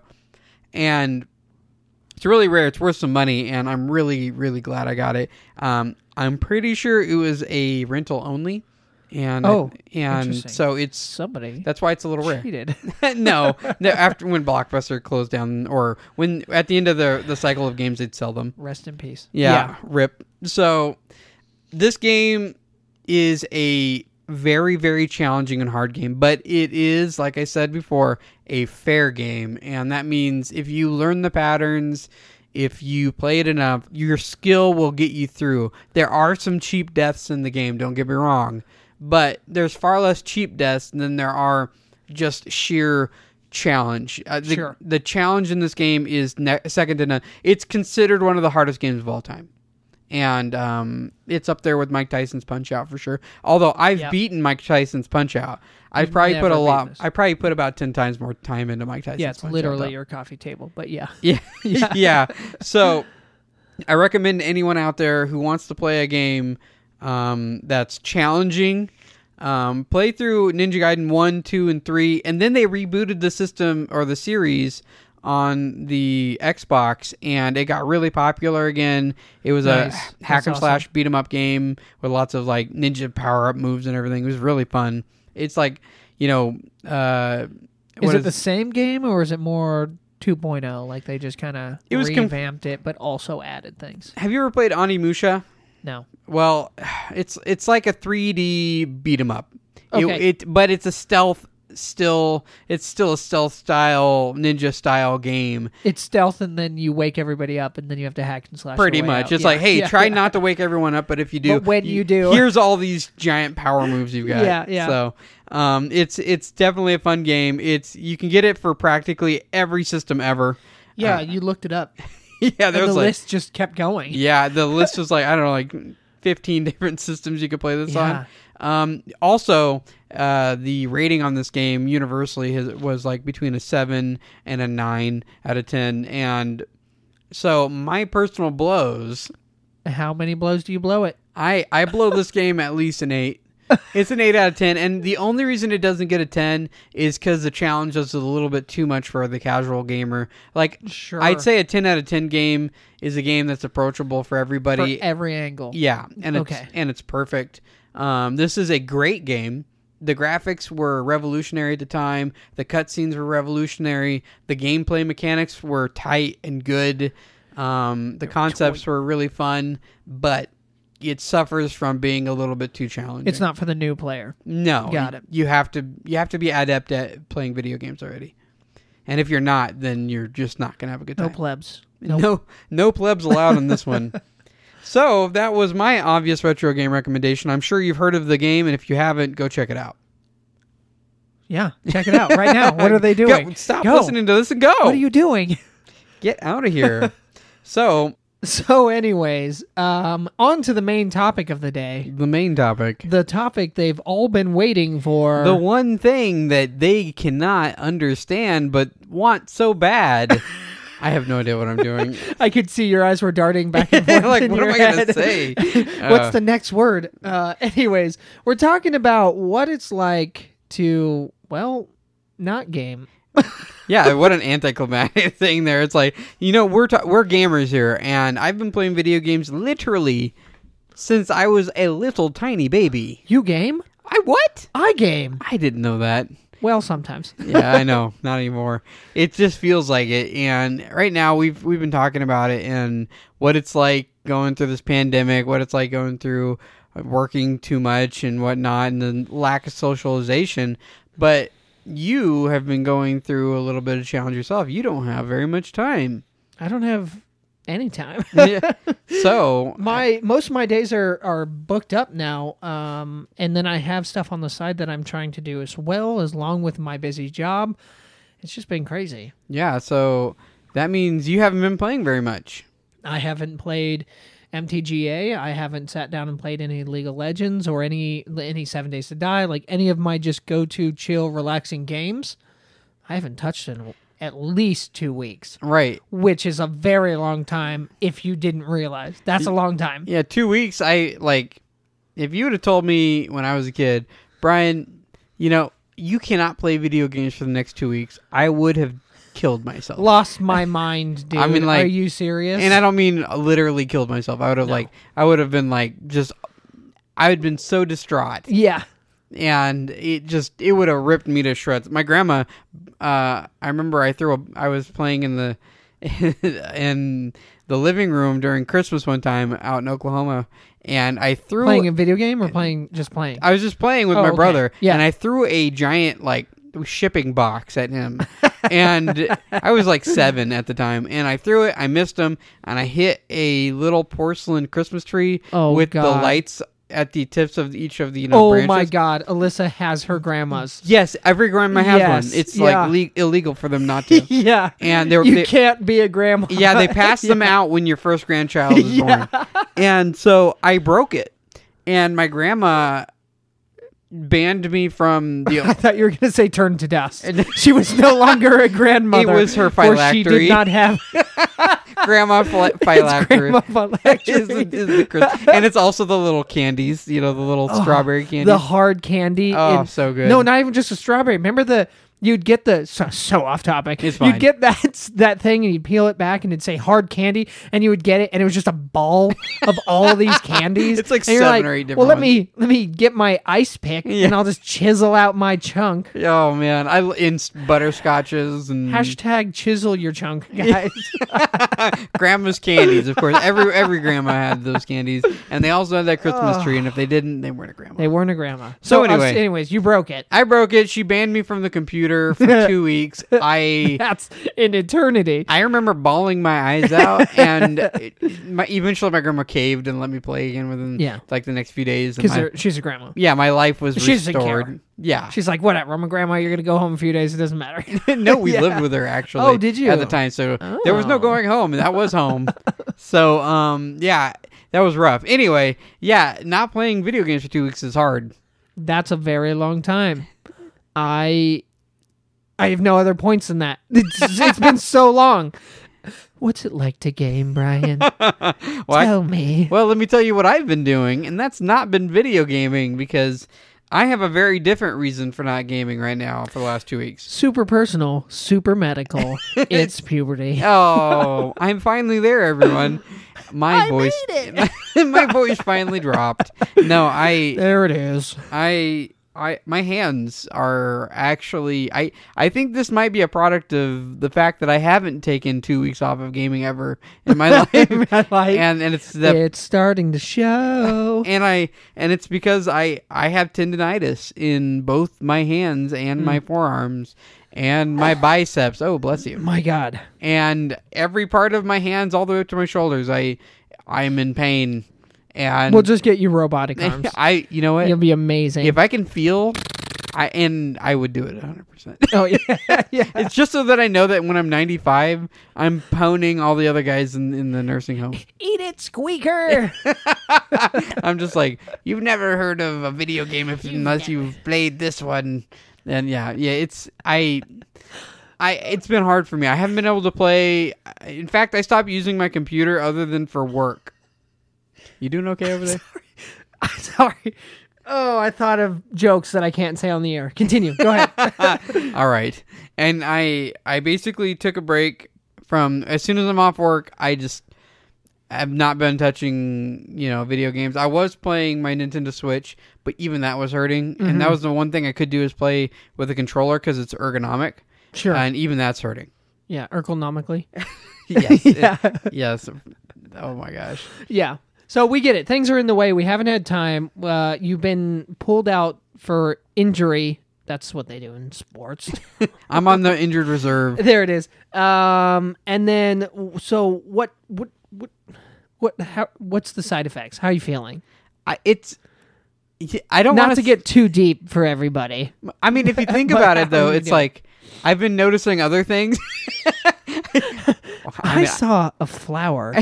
and it's really rare. It's worth some money, and I'm really really glad I got it. Um, I'm pretty sure it was a rental only, and Oh, and interesting. so it's Somebody that's why it's a little rare. cheated. no, no. After when Blockbuster closed down, or when at the end of the the cycle of games, they'd sell them. Rest in peace. Yeah, rip. So this game is a very, very challenging and hard game, but it is, like I said before, a fair game. And that means if you learn the patterns, if you play it enough, your skill will get you through. There are some cheap deaths in the game, don't get me wrong, but there's far less cheap deaths than there are just sheer challenge. Uh, the, Sure. the challenge in this game is ne- second to none. It's considered one of the hardest games of all time. And um, it's up there with Mike Tyson's Punch Out for sure. Although I've Yeah. beaten Mike Tyson's Punch Out, I probably put never a beat lot. this. I probably put about ten times more time into Mike Tyson's. yeah, it's Punch-Out, literally though. your coffee table, but yeah. Yeah. yeah. So I recommend anyone out there who wants to play a game um, that's challenging. Um, play through Ninja Gaiden 1, 2, and 3, and then they rebooted the system or the series on the Xbox, and it got really popular again. It was Nice. a hack That's and awesome. slash beat 'em up game with lots of like ninja power up moves and everything. It was really fun. It's like, you know, uh, Is what it the same game or is it more 2.0? Like they just kind of It was com- revamped it, but also added things. have you ever played Animusha? No. Well, it's it's like a 3D beat 'em up. Okay. It, it but it's a stealth still it's still a stealth style ninja style game It's stealth, and then you wake everybody up, and then you have to hack and slash. your pretty way much. out. It's Yeah, like hey, yeah, try yeah. not to wake everyone up, but if you do, But when you do- here's all these giant power moves you've got. Yeah, yeah. So, um, it's it's definitely a fun game. It's you can get it for practically every system ever. Yeah, Uh, you looked it up. yeah. And There's the like list just kept going. Yeah, the list was like I don't know, like fifteen different systems you could play this Yeah. on. Um, also, uh, the rating on this game universally has, was like between a seven and a nine out of ten, and so my personal blows, How many blows do you blow it? I I blow this game at least an eight. It's an eight out of ten, and the only reason it doesn't get a ten is because the challenge is a little bit too much for the casual gamer. Like, Sure. I'd say a ten out of ten game is a game that's approachable for For everybody, every angle. yeah, and it's Okay. and it's perfect. Um, this is a great game. The graphics were revolutionary at the time. The cutscenes were revolutionary. The gameplay mechanics were tight and good. Um, the concepts were really fun, but it suffers from being a little bit too challenging. It's not for the new player. No, Got it. You have to you have to be adept at playing video games already. And if you're not, then you're just not gonna have a good time. No plebs. Nope. No, no plebs allowed on this one. so that was my obvious retro game recommendation. I'm sure you've heard of the game, and if you haven't, go check it out. Yeah. Check it out right now. What are they doing? Go, stop Go. listening to this and go. What are you doing? Get out of here. so So, anyways, um, on to the main topic of the day. the main topic, The topic they've all been waiting for. the one thing that they cannot understand but want so bad. I have no idea what I'm doing. I could see your eyes were darting back and forth. like, in what your am I going to head. say? What's the next word? Uh, anyways, we're talking about what it's like to, well, not game. yeah, what an anticlimactic thing there. It's like you know we're ta- we're gamers here, and I've been playing video games literally since I was a little tiny baby. You game? I what? I game. I didn't know that. Well, sometimes. Yeah, I know. Not anymore. It just feels like it. And right now we've we've been talking about it and what it's like going through this pandemic, what it's like going through uh, working too much and whatnot, and the lack of socialization. But you have been going through a little bit of challenge yourself. You don't have very much time. I don't have any time. Yeah. so my most of my days are are booked up now um and then i have stuff on the side that i'm trying to do as well as long with my busy job it's just been crazy yeah, so that means you haven't been playing very much. i haven't played mtga i haven't sat down and played any league of legends or any any seven days to die like any of my just go to chill relaxing games i haven't touched in at least two weeks Right. which is a very long time if you didn't realize that's a long time Yeah, two weeks. I like. If you would have told me when I was a kid, Brian, you know, you cannot play video games for the next two weeks, I would have killed myself. lost my mind dude I mean, like- are you serious And I don't mean literally killed myself. I would have like, I would have been like, just, I would have been so distraught, Yeah. and it just, it would have ripped me to shreds. My grandma, uh, I remember I threw a, I was playing in the. in the living room during Christmas one time out in Oklahoma, and I threw. Playing a video game or playing just playing? I was just playing with Oh, my okay. brother, Yeah. and I threw a giant like shipping box at him, and I was like seven at the time, and I threw it. I missed him, and I hit a little porcelain Christmas tree Oh, with the God. lights at the tips of each of the you know oh branches. my God! Alyssa has her grandma's. Yes, every grandma has Yes, one. It's yeah. like le- illegal for them not to. yeah, And they're- you they- can't be a grandma. Yeah, they pass them out when your first grandchild is Yeah. born. And so I broke it. And my grandma banned me from I the thought you were going to say turned to dust. she was no longer a grandmother. It was her For she did phylactery. not have grandma phy- it's phylactery. grandma Is the, phylactery. is the Chris- and it's also the little candies, you know, the little strawberry candies. Oh, the hard candy. Oh, in- so good. No, not even just a strawberry. Remember the you'd get the so, so off topic. It's fine. You'd get that that thing and you'd peel it back and it'd say hard candy and you would get it and it was just a ball of all these candies. It's like And you're seven or eight different Well, let ones." me let me get my ice pick and I'll just chisel out my chunk. oh man, I l- in s- butterscotches and Hashtag chisel your chunk, guys. grandma's candies, of course. Every every grandma had those candies, and they also had that Christmas tree. And if they didn't, they weren't a grandma. they weren't a grandma. So us- anyway. anyways, you broke it. I broke it. She banned me from the computer for two weeks. I That's an eternity. I remember bawling my eyes out, and it, my, eventually my grandma caved and let me play again within Yeah. like the next few days. and Because my- she's a grandma. yeah, my life was She doesn't restored. care. Yeah, She's like, whatever. I'm a grandma. You're gonna go home a few days. It doesn't matter. no, we Yeah. lived with her actually. Oh, did you? at the time? So there was no Oh. going home. That was home. so um, yeah, that was rough. Anyway, yeah, not playing video games for two weeks is hard. That's a very long time. I I have no other points than that. It's, it's been so long. What's it like to game, Brian? Well, I- Tell me. Well, let me tell you what I've been doing, and that's not been video gaming because I have a very different reason for not gaming right now for the last two weeks. Super personal, super medical. it's puberty. Oh, I'm finally there, everyone. My voice, my voice finally dropped. No, I, There it is. I, I, my hands are actually. I, I think this might be a product of the fact that I haven't taken two weeks off of gaming ever in my life, Like, and and it's the it's starting to show. and I and it's because I I have tendonitis in both my hands and my forearms and my biceps. Oh, bless you. My God. And every part of my hands all the way up to my shoulders. I I'm in pain. And We'll just get you robotic arms. I you know what? You'll be amazing. If I can feel I and I would do it 100%. Oh yeah, yeah. it's just so that I know that when I'm 95, I'm pounding all the other guys in, in the nursing home. Eat it, squeaker. I'm just like, you've never heard of a video game if, unless you've played this one. And yeah, yeah, it's I, I it's been hard for me. I haven't been able to play. In fact, I stopped using my computer other than for work. You doing okay over there? I'm sorry. Oh, I thought of jokes that I can't say on the air. Continue. Go ahead. All right. And I I basically took a break from as soon as I'm off work, I just have not been touching, you know, video games. I was playing my Nintendo Switch, but even that was hurting. And Mm-hmm. that was the one thing I could do is play with a controller cuz it's ergonomic. Sure. And even that's hurting. yeah, ergonomically. Yes. it- Yeah. yes. Oh my gosh. Yeah. So we get it. Things are in the way. We haven't had time. Uh, you've been pulled out for injury. That's what they do in sports. I'm on the injured reserve. there it is. Um, and then, so what? What? What? What? How? What's the side effects? How are you feeling? I, it's I don't Not want to get too deep for everybody. I mean, if you think But about it, though, I'm it's gonna- like I've been noticing other things. I, mean, saw a flower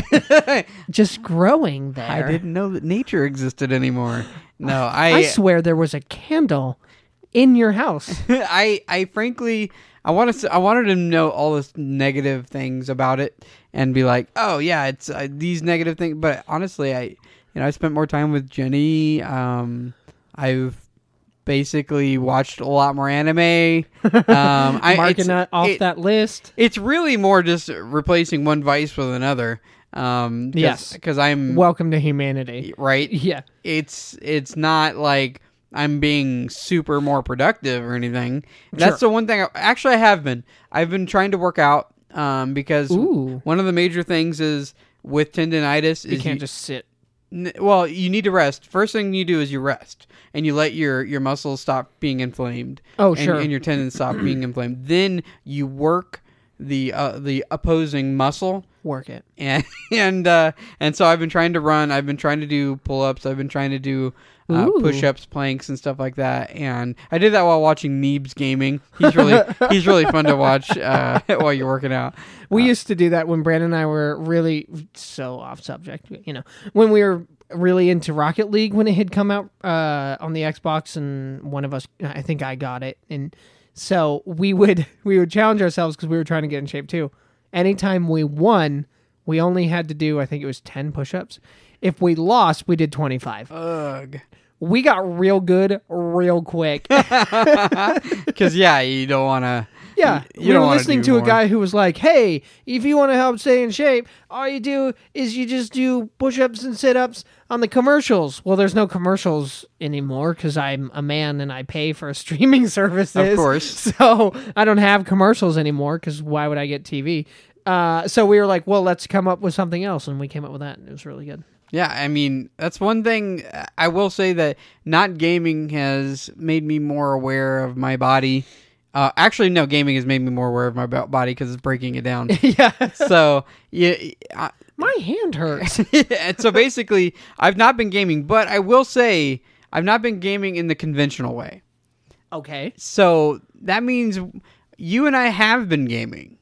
just growing there. I didn't know that nature existed anymore. No, I I, swear there was a candle in your house. I, I, frankly, I want to, I wanted to know all the negative things about it and be like, oh yeah, it's uh, these negative things. But honestly, I, you know, I spent more time with Jenny. Um, I've basically watched a lot more anime. Um, I, Marking it's- it off it- that list. It's really more just replacing one vice with another. Um, cause, Yes. because I'm Welcome to humanity. right. Yeah. It's it's not like I'm being super more productive or anything. That's the one thing. I, actually, I have been. I've been trying to work out, um, because Ooh. one of the major things is with tendonitis is You can't just sit. N- well you need to rest first thing you do is you rest and you let your your muscles stop being inflamed Oh, and, sure. and your tendons stop being inflamed then you work the uh, the opposing muscle Work it. and and uh, and so I've been trying to run. I've been trying to do pull ups. I've been trying to do uh, Ooh. push ups, planks, and stuff like that. And I did that while watching Neebs gaming. He's really he's really fun to watch uh, while you're working out. We used to do that when Brandon and I were really so off subject, you know, when we were really into Rocket League when it had come out uh, on the Xbox, and one of us, I think I got it, and so we would we would challenge ourselves because we were trying to get in shape too. Anytime we won, we only had to do I think it was ten push-ups. If we lost, we did twenty five. Uh, Ugh. We got real good real quick. Because yeah, you don't want to. Yeah, we you don't were wanna listening do to a more. guy who was like, "Hey, if you want to help stay in shape, all you do is you just do push-ups and sit-ups on the commercials." Well, there's no commercials anymore because I'm a man and I pay for streaming services, course. So I don't have commercials anymore because why would I get TV? Uh, so we were like, "Well, let's come up with something else," and we came up with that, and it was really good. Yeah, I mean that's one thing I will say that not gaming has made me more aware of my body. Uh, actually, no, gaming has made me more aware of my bo- body because it's breaking it down. yeah, so yeah, I, my hand hurts. and so basically, I've not been gaming, but I will say I've not been gaming in the conventional way. okay, So that means you and I have been gaming,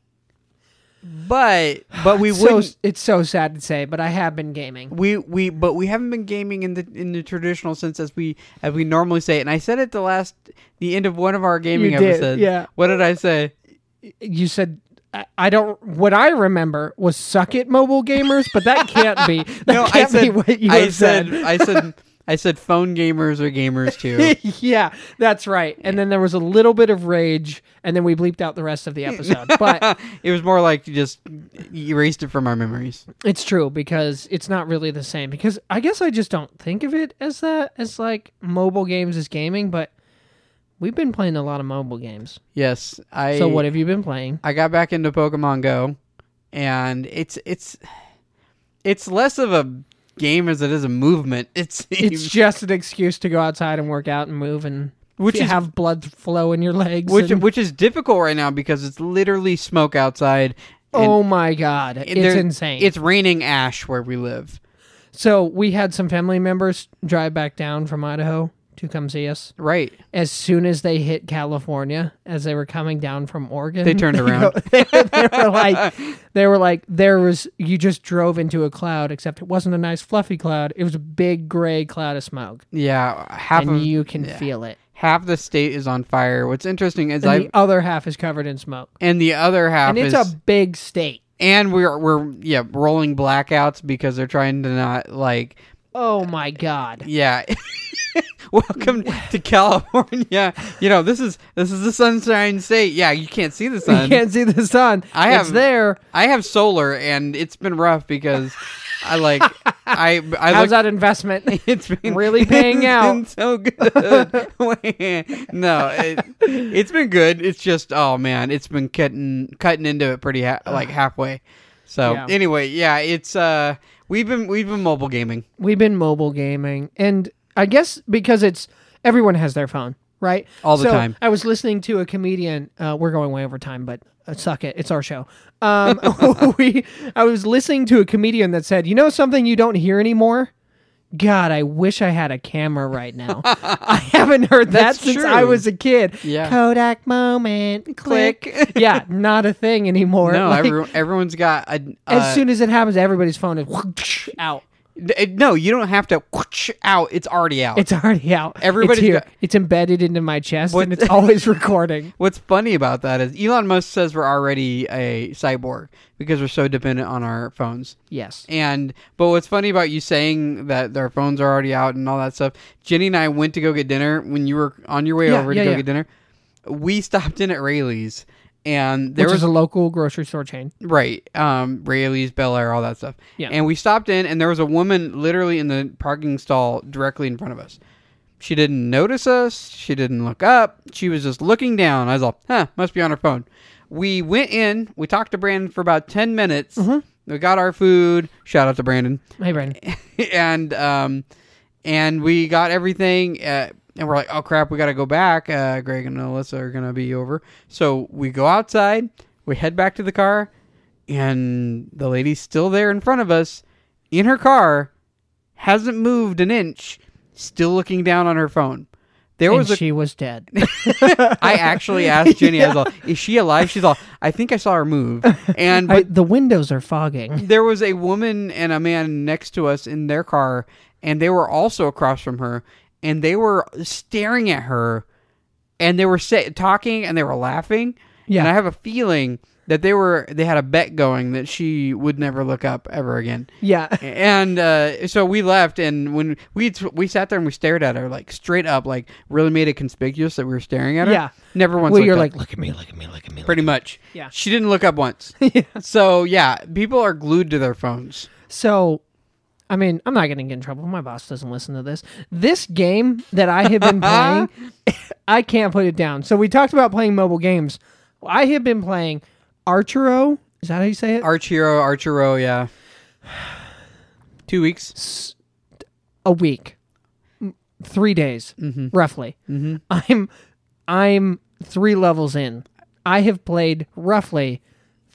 but but we so wouldn't it's so sad to say, but I have been gaming. we we but we haven't been gaming in the in the traditional sense as we as we normally say. it. And I said at the last the end of one of our gaming You did, episodes. yeah. What did I say? you said I- I don't. What I remember was "suck it, mobile gamers," but that can't be. That No, I can't be said what you I have said. said I said I said phone gamers are gamers too. yeah, that's right. And then there was a little bit of rage, and then we bleeped out the rest of the episode. but it was more like you just erased it from our memories. it's true because it's not really the same. Because I guess I just don't think of it as that as like mobile games as gaming. But we've been playing a lot of mobile games. Yes, I. So what have you been playing? I got back into Pokemon Go, and it's it's it's less of a game as it is a movement. It seems, It's just an excuse to go outside and work out and move and Which which is- have blood flow in your legs. which and- which is difficult right now because it's literally smoke outside. and oh my god, it's there- insane. It's raining ash where we live. so we had some family members drive back down from Idaho to come see us. Right. As soon as they hit California, as they were coming down from Oregon, They turned around. they, were like, they were like, there was you just drove into a cloud, except it wasn't a nice fluffy cloud. It was a big gray cloud of smoke, Yeah, half and of, you can feel it. half the state is on fire. What's interesting is And I the other half is covered in smoke, and the other half and it's is a big state. and we're we're yeah rolling blackouts because they're trying to not like Oh my god! Yeah. Welcome to California. You know, this is this is the sunshine state. Yeah, you can't see the You sun. can't see the sun. I it's have- there. I have solar and it's been rough because I like I I How's look that investment? it's been really paying it's out? Been so good. no, it, it's been good. It's just oh man, it's been cutting cutting into it pretty ha- like halfway. So Yeah. anyway, yeah, it's uh we've been we've been mobile gaming. we've been mobile gaming and i guess because it's everyone has their phone right All the So, time. i was listening to a comedian uh, we're going way over time but uh, suck it it's our show um, we, i was listening to a comedian that said you know something you don't hear anymore God, I wish I had a camera right now. I haven't heard that That's since true. I was a kid. Yeah. Kodak moment, click. Click. yeah, not a thing anymore. No, Like, everyone, everyone's got a, uh, as a- soon as it happens, everybody's phone is out. Th- it- No, you don't have to whoosh out. It's already out. It's already out. Everybody's it's here. got- it's embedded into my chest, What- and it's always recording. What's funny about that is Elon Musk says we're already a cyborg because we're so dependent on our phones. Yes. And but what's funny about you saying that our phones are already out and all that stuff? Jenny and I went to go get dinner when you were on your way Yeah, over to yeah, go yeah. get dinner. We stopped in at Rayleigh's, and there Which was is a local grocery store chain. Right. Um, Rayleigh's, Bel Air, all that stuff. Yeah. And we stopped in, and there was a woman literally in the parking stall directly in front of us. She didn't notice us. She didn't look up. She was just looking down. I was like, huh, must be on her phone. we went in, we talked to Brandon for about 10 minutes. We got our food. Shout out to Brandon. Hey, Brandon. and um, and we got everything. Uh, and we're like, oh crap, we got to go back. Uh, Greg and Alyssa are gonna be over, so we go outside. We head back to the car, and the lady's still there in front of us, in her car, hasn't moved an inch, still looking down on her phone. There And was a she was dead. I actually asked Jenny, I was all, is she alive? She's all, I think I saw her move. And I, but the windows are fogging. there was a woman and a man next to us in their car, and they were also across from her, and they were staring at her, and they were sa- talking and they were laughing. Yeah. And I have a feeling that they were they had a bet going that she would never look up ever again. Yeah. And uh, so we left, and when we we sat there and we stared at her like straight up, like really made it conspicuous that we were staring at her. Yeah. never once. Well, looked you're up like, Look at me, look at me, look at me. pretty much. Yeah. She didn't look up once. So yeah, people are glued to their phones. So, I mean, I'm not going to get in trouble. My boss doesn't listen to this. This game that I have been playing, I can't put it down. So, we talked about playing mobile games. I have been playing Archero. Is that how you say it? Archero, Archero, yeah. Two weeks. a week, M- three days, roughly. Mm-hmm. I'm, I'm three levels in. I have played roughly.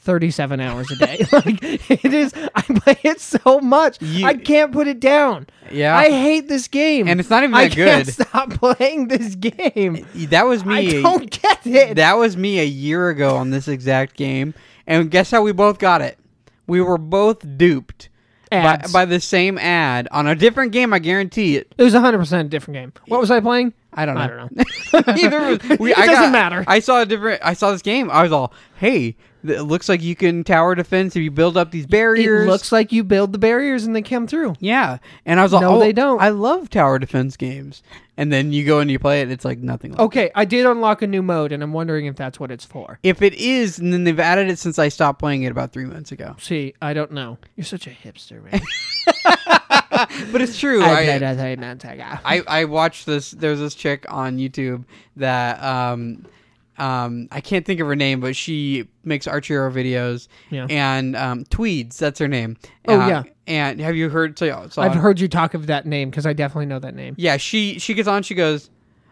37 hours a day. like it is I play it so much. You- I can't put it down. Yeah. I hate this game. And it's not even I that can't good. stop playing this game. That was I me. don't get it. That was me a year ago on this exact game, and guess how we both got it? We were both duped by, Ads. by the same ad on a different game. I guarantee it. it was 100% a different game. What was I playing? I don't know. I don't know. Either was- we, It I doesn't got- matter. I saw a different. I saw this game. I was all, "Hey, th- it looks like you can tower defense if you build up these barriers." it looks like you build the barriers and they come through. Yeah, and I was like, No, "Oh, they don't. I love tower defense games." And then you go and you play it, and it's like nothing. Like Okay, I did unlock a new mode and I'm wondering if that's what it's for. If it is, and then they've added it since I stopped playing it about three months ago. See, I don't know. You're such a hipster, man. But it's true. I I, played as a Nantaga. I, I watched this. There's this chick on YouTube that um, um, I can't think of her name, but she makes Archero videos. Yeah. And um, Tweeds, that's her name. Oh, Uh, yeah. And have you heard? So, so I've heard you talk of that name because I definitely know that name. Yeah, she she gets on. She goes,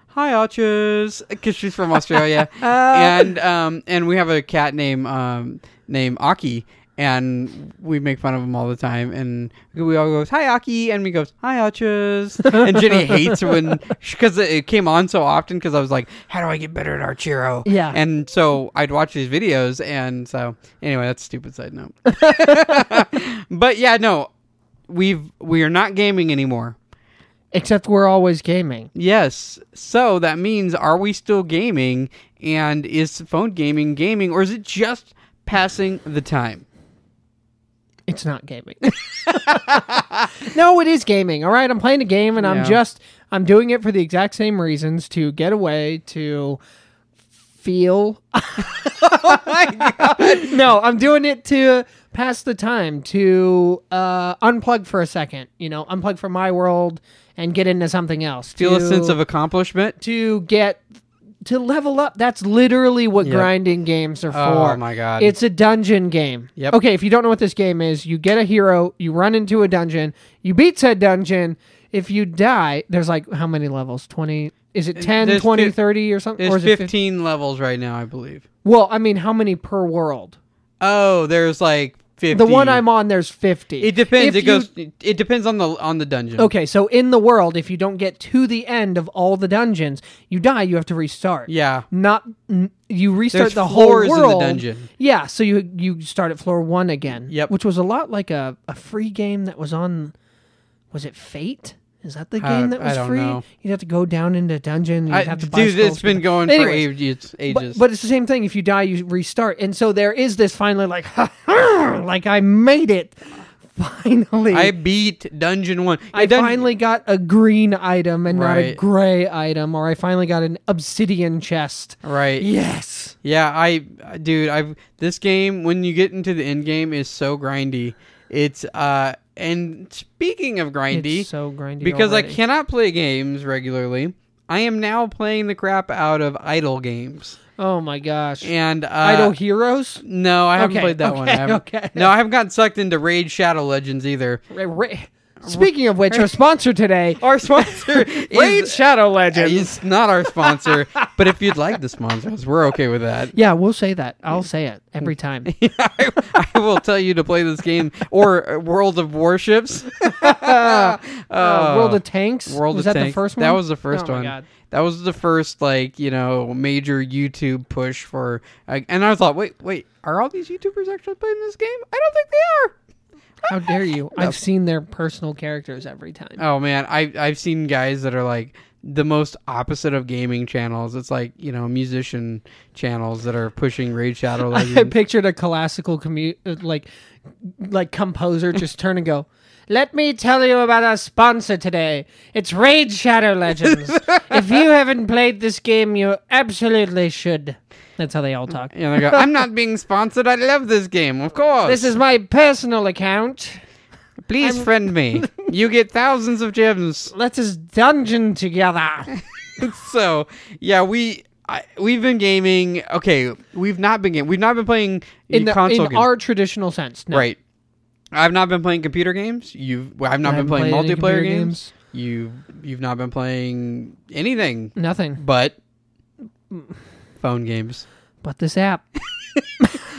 "Hi, Archers," because she's from Australia, Oh. and um and we have a cat named um named Aki, and we make fun of him all the time, and we all goes, "Hi, Aki," and we goes, "Hi, Archers," and Jenny hates when because it it came on so often because I was like, "How do I get better at Archero?" Yeah. and so I'd watch these videos, and so anyway, that's a stupid side note, but yeah, no. We've we are not gaming anymore. Except we're always gaming. Yes. So that means are we still gaming and is phone gaming gaming or is it just passing the time? It's not gaming. no, it is gaming. All right, I'm playing a game and Yeah. I'm just I'm doing it for the exact same reasons to get away to feel Oh no, I'm doing it to pass the time, to uh, unplug for a second, you know, unplug from my world and get into something else. Feel a to- sense of accomplishment? to get to level up. That's literally what grinding games are for. Oh my God. It's a dungeon game. Yep. Okay, if you don't know what this game is, you get a hero, you run into a dungeon, you beat said dungeon. If you die, there's like how many levels? 20 is it 10, Uh, There's 20, fif- 30 or something? Or There's is it 15 fif- levels right now, I believe. Well, I mean, how many per world? Oh, there's like 50. The one I'm on, there's 50. It depends. If it you- goes it depends on the on the dungeon. Okay, so in the world, if you don't get to the end of all the dungeons, you die. You have to restart. Yeah. not n- you restart There's the whole floors in the world. dungeon. Yeah, so you you start at floor one again. Yep. which was a lot like a, a free game that was on. Was it Fate? Is that the I- game that Uh, I was don't free? know. You'd have to go down into a dungeon. You'd I, have to buy dude, scrolls it's been the- going for Anyways, ages. ages. But, but it's the same thing. If you die, you restart. And so there is this finally like, like I made it. Finally, I beat dungeon 1. I It doesn't- finally got a green item and not a Right. gray item, or I finally got an obsidian chest. Right. Yes. Yeah, I dude, I've this game when you get into the end game is so grindy. It's uh and speaking of grindy, It's so grindy. because I already. cannot play games regularly, I am now playing the crap out of idle games. Oh my gosh. And uh, Idol Heroes? No, I haven't Okay, played that one. I okay, haven't- okay. No, I haven't gotten sucked into Raid Shadow Legends either. Ra- ra- Speaking of which, our sponsor today, Uh, Our sponsor Raid is, Shadow Legends. is not our sponsor, but if you'd like to sponsor us, we're okay with that. yeah, we'll say that. I'll say it every time. I, I will tell you to play this game or uh, World of Warships. Uh, Oh. World of Tanks. World was of that the Tanks. first one? That was the first Oh my one. God. That was the first like you know major YouTube push for. Like, and I thought, wait, wait, are all these YouTubers actually playing this game? I don't think they are. How dare you? I've seen their personal characters every time. Oh man, I I've seen guys that are like the most opposite of gaming channels. It's like you know musician channels that are pushing Raid Shadow I Legends. pictured a classical commu- uh, like like composer just turn and go. Let me tell you about our sponsor today. It's Raid Shadow Legends. if you haven't played this game, you absolutely should. That's how they all talk. and they go, I'm not being sponsored. I love this game, of course. This is my personal account. Please friend me. You get thousands of gems. Let us dungeon together. so yeah, we. I, we've been gaming. Okay, we've not been gaming. We've not been playing In, the, console in games. our traditional sense. No. Right. I've not been playing computer games. You've well, I've not I been haven't playing played any multiplayer computer games. You've you've not been playing anything Nothing but phone games. but this app.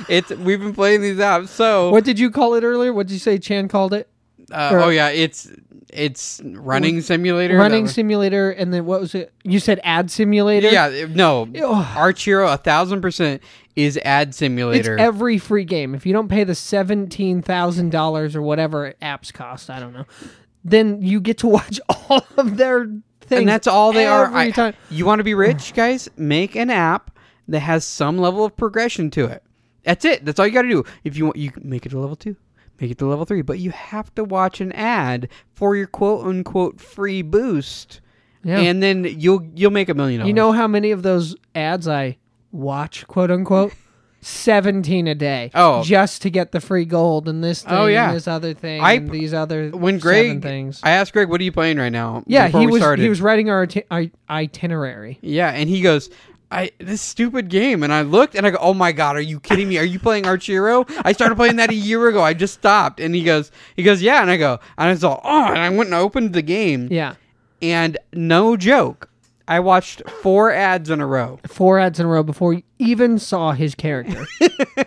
It's we've been playing these apps. So What did you call it earlier? What did you say Chan called it? uh, or- oh yeah, it's it's running simulator. that Running was- simulator, and then what was it? You said ad simulator. Yeah, it- no. Ugh. Archero a thousand percent is ad It's simulator. every free game. If you don't pay the seventeen thousand dollars or whatever apps cost, I don't know, then you get to watch all of their things. and that's all they are. every I- time. You want to be rich, guys? Make an app that has some level of progression to it. That's it. That's all you got to do. If you want, you can make it to level two, make it to level three, but you have to watch an ad for your quote unquote free boost, Yeah. and then you'll you'll make a million dollars. You know how many of those ads I watch, quote unquote? 17 a day. Oh. Just to get the free gold and this thing Oh, yeah. and this other thing I- and these other when seven Greg, things. I asked Greg, "What are you playing right now?" yeah, before he we was started. he was writing our, iti- our itinerary. Yeah, and he goes, I this stupid game, and I looked and I go, oh my god, are you kidding me? Are you playing Archero? I started playing that a year ago. I just stopped, and he goes, he goes, yeah, and I go, and I was all, oh, and I went and opened the game, Yeah. and no joke, I watched four ads in a row. Four ads in a row before you even saw his character.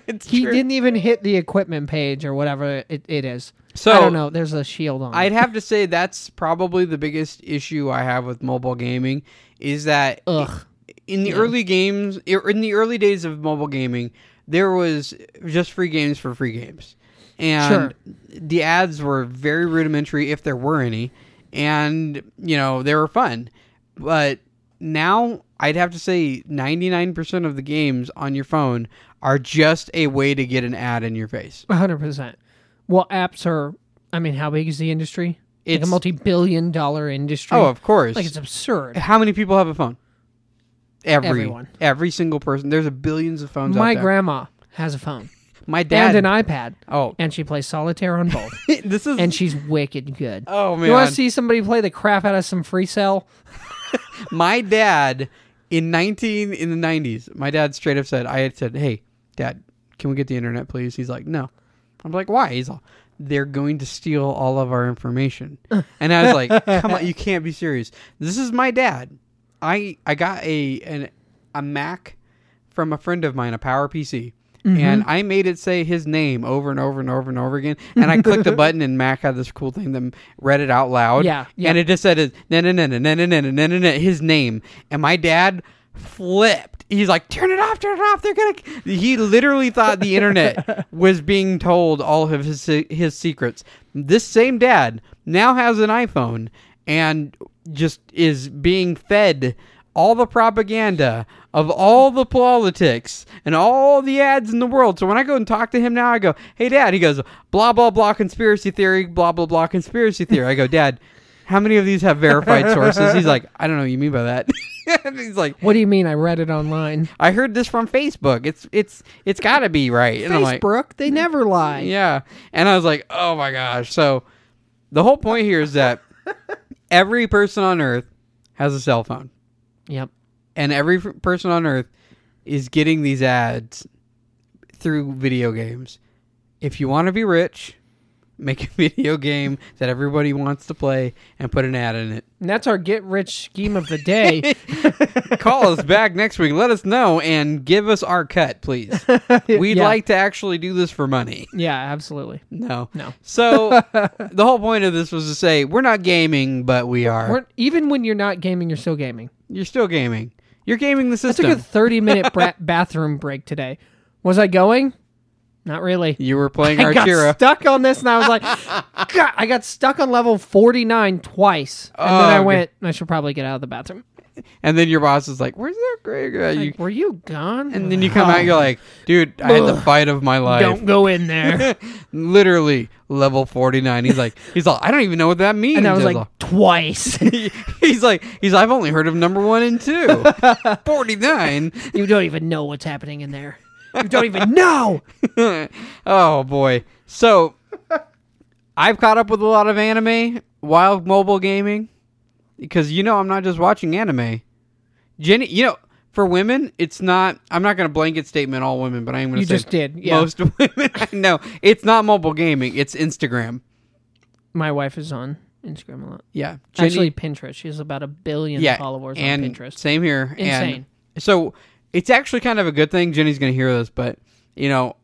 It's he true. didn't even hit the equipment page or whatever it, it is. So- I don't know. There's a shield on. it. I'd have to say that's probably the biggest issue I have with mobile gaming is that Ugh. in the early games er, in the early days of mobile gaming there was just free games for free games and the ads were very rudimentary if there were any and you know they were fun but now i'd have to say 99% of the games on your phone are just a way to get an ad in your face hundred percent. Well, apps are. I mean, how big is the industry? like It's- a multi-billion-dollar industry. oh of course like it's absurd. how many people have a phone Every, Everyone. every single person there's a billions of phones My out there. grandma has a phone my dad and an iPad, oh and she plays solitaire on both, this is and she's wicked good. oh man you want to see somebody play the crap out of some free cell? my dad in 19 in the 90s my dad straight up said i had said hey dad can we get the internet please he's like no i'm like why he's all they're going to steal all of our information and i was like come on you can't be serious this is my dad i i got a an a mac from a friend of mine a power pc Mm-hmm. And I made it say his name over and over and over and over again. And I clicked the button, and Mac had this cool thing that read it out loud. Yeah, yeah. And it just said his na na na na na na na na na na his name. And my dad flipped. He's like, "Turn it off! Turn it off! They're gonna." He literally thought the internet was being told all of his se- his secrets. This same dad now has an iPhone and just is being fed all the propaganda of all the politics and all the ads in the world. So when I go and talk to him now, I go, "Hey, Dad." He goes, "Blah blah blah conspiracy theory, blah blah blah conspiracy theory." I go, "Dad, how many of these have verified sources?" He's like, "I don't know what you mean by that." And He's like, What do you mean? I read it online. "I heard this from Facebook. It's it's it's got to be right." And I'm like, Facebook, they never lie. yeah. And I was like, oh my gosh. So the whole point here is that every person on earth has a cell phone, Yep. and every f- person on earth is getting these ads through video games. If you want to be rich, make a video game that everybody wants to play and put an ad in it. And that's our get rich scheme of the day. Call us back next week. Let us know and give us our cut, please. We'd Yeah. like to actually do this for money. yeah, absolutely. No. No. So the whole point of this was to say we're not gaming, but we are. We're, even when you're not gaming, you're still gaming. You're still gaming. You're gaming the I took system. a 30 minute bra- bathroom break today. Was I going? Not really. you were playing I got Artura. stuck on this, and I was like, God, I got stuck on level 49 twice. And Oh, then I okay. went, I should probably get out of the bathroom. and then your boss is like, "Where's that Greg?" guy?" You- Like, Were you gone? and then you come out, you're like, "Dude, I had the fight of my life." don't go in there. Literally level 49. He's like, he's all, "I don't even know what that means." And I was He's like, twice. all- he's like, he's, I've only heard of number one and two. 49. you don't even know what's happening in there. You don't even know. oh boy. So I've caught up with a lot of anime while mobile gaming because you know I'm not just watching anime. Jenny, you know, for women, it's not. I'm not going to blanket statement all women, but I'm going to You say just did, yeah. most women. no, it's not mobile gaming. It's Instagram. My wife is on Instagram a lot. Yeah, Jenny, Actually, Pinterest. She has about a billion followers and on Pinterest. Same here. Insane. And so it's actually kind of a good thing. Jenny's going to hear this, but you know,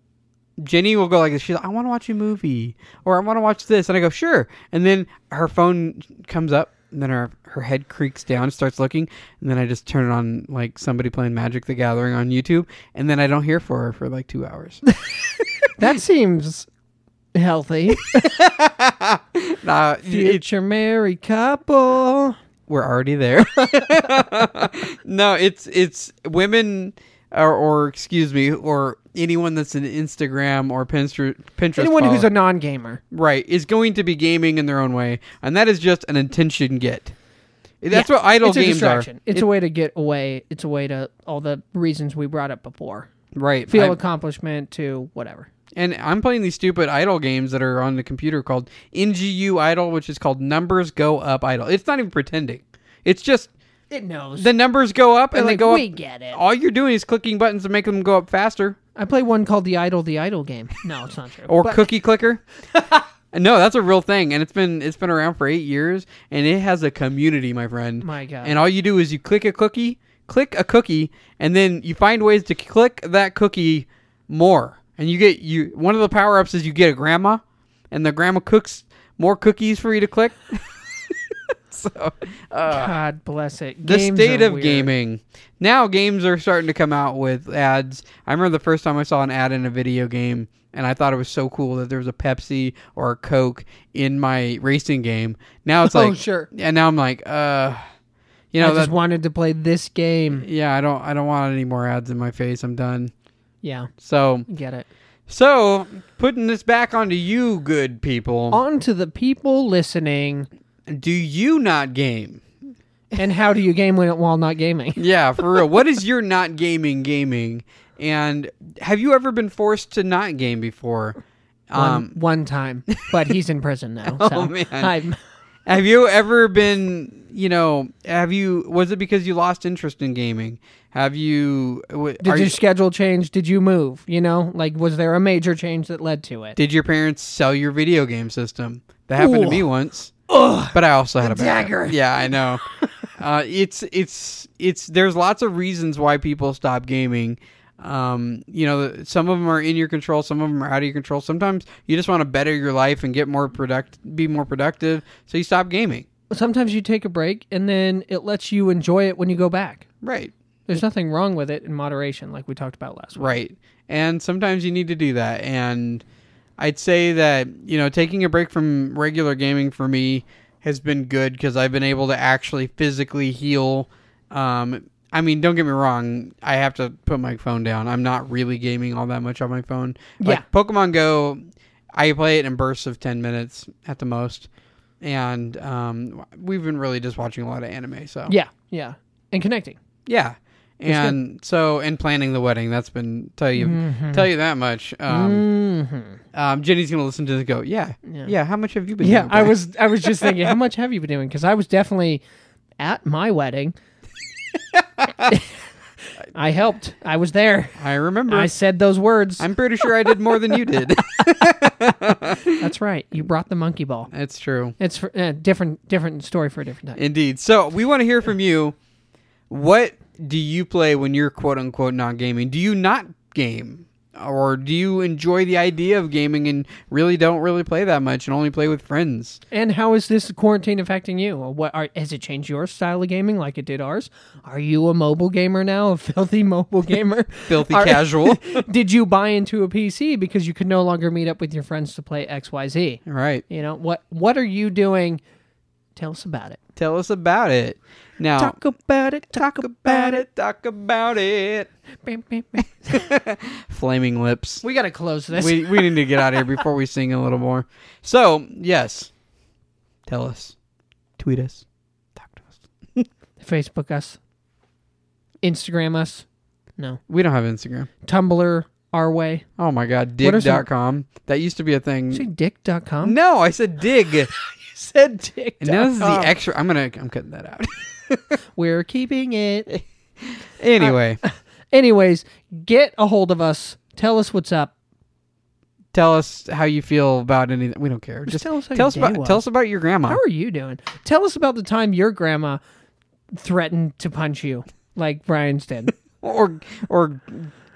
Jenny will go like this. She's like, I want to watch a movie or I want to watch this. And I go, sure. And then her phone comes up and then her, her head creaks down, starts looking. And then I just turn it on like somebody playing Magic the Gathering on YouTube. And then I don't hear for her for like two hours. That seems healthy. nah, it- Future married couple. we're already there. no, it's it's women or, or excuse me, or anyone that's an Instagram or Pinterest Pinterest Anyone who's follower, a non gamer. right is going to be gaming in their own way, and that is just an attention get. That's what idle it's a games are. distraction. It's a way to get away. It's a way to all the reasons we brought up before. Right. Feel I'm- accomplishment to whatever. and I'm playing these stupid idle games that are on the computer called NGU Idle, which is called Numbers Go Up Idle. It's not even pretending. It's just It knows. the numbers go up and They're they like, go we up. get it. All you're doing is clicking buttons to make them go up faster. I play one called the Idle the Idle game. No, it's not true. or But cookie clicker. no, that's a real thing, and it's been it's been around for eight years, and it has a community, my friend. My God. And all you do is you click a cookie, click a cookie, and then you find ways to click that cookie more. And you get you one of the power ups is you get a grandma, and the grandma cooks more cookies for you to click. so God bless it. uh, the Games state are of weird. gaming. Now games are starting to come out with ads. I remember the first time I saw an ad in a video game and I thought it was so cool that there was a Pepsi or a Coke in my racing game. Now it's Oh, like sure. And now I'm like, uh you I know just that, wanted to play this game. yeah, I don't I don't want any more ads in my face. I'm done. Yeah, So get it. so putting this back onto you good people. On to the people listening. Do you not game? And how do you game when while not gaming? Yeah, for real. What is your not gaming gaming? And have you ever been forced to not game before? one, Um, one time, but he's in prison now. So Oh, man. I'm, have you ever been, you know, have you was it because you lost interest in gaming? Have you w- did are your you- schedule change? Did you move? You know, like was there a major change that led to it? did your parents sell your video game system? That happened to Ooh. me once. but I also had a backup. dagger. Yeah, I know. uh, it's it's it's there's lots of reasons why people stop gaming. Um, you know, some of them are in your control, some of them are out of your control. Sometimes you just want to better your life and get more product, be more productive, so you stop gaming. Sometimes you take a break and then it lets you enjoy it when you go back. Right, There's nothing wrong with it in moderation, like we talked about last week. right. And sometimes you need to do that. And I'd say that you know, taking a break from regular gaming for me has been good because I've been able to actually physically heal. Um, I mean, don't get me wrong. I have to put my phone down. I'm not really gaming all that much on my phone. Like Yeah. Pokemon Go, I play it in bursts of ten minutes at the most. And um, we've been really just watching a lot of anime. So Yeah, yeah, and connecting. yeah. And so, and planning the wedding, that's been tell you tell you that much. Um, Mm-hmm. um, Jenny's gonna listen to this. And go, yeah, yeah, How much have you been? Yeah, doing, I Brad?" was I was just thinking, how much have you been doing? Because I was definitely at my wedding. I helped. I was there. I remember. I said those words. I'm pretty sure I did more than you did. That's right. You brought the monkey ball. That's true. It's for, uh, different different story for a different time. Indeed. So we want to hear from you. What do you play when you're quote unquote not gaming? Do you not game? Or do you enjoy the idea of gaming and really don't really play that much and only play with friends? And how is this quarantine affecting you? Or What are, has it changed your style of gaming like it did ours? Are you a mobile gamer now? A filthy mobile gamer? Filthy Are- casual. did you buy into a PC because you could no longer meet up with your friends to play XYZ? right. You know, what what are you doing? Tell us about it. Tell us about it. Now, Talk about it. Talk about it. Talk about it. Bam, bam, bam. Flaming lips. We got to close this. We, we need to get out of here before we sing a little more. So, yes. Tell us. Tweet us. Talk to us. Facebook us. Instagram us. No. We don't have Instagram. Tumblr our way. Oh my god, What are some- dig.com. That used to be a thing. Say dick.com. No, I said dig. said dick. and now this is the extra I'm gonna I'm cutting that out. We're keeping it. anyway, Uh, Anyways, get a hold of us. Tell us what's up. tell us how you feel about anything. We don't care. Just tell us how tell your us day about was. tell us about your grandma. How are you doing? Tell us about the time your grandma threatened to punch you, like Brian's did. or or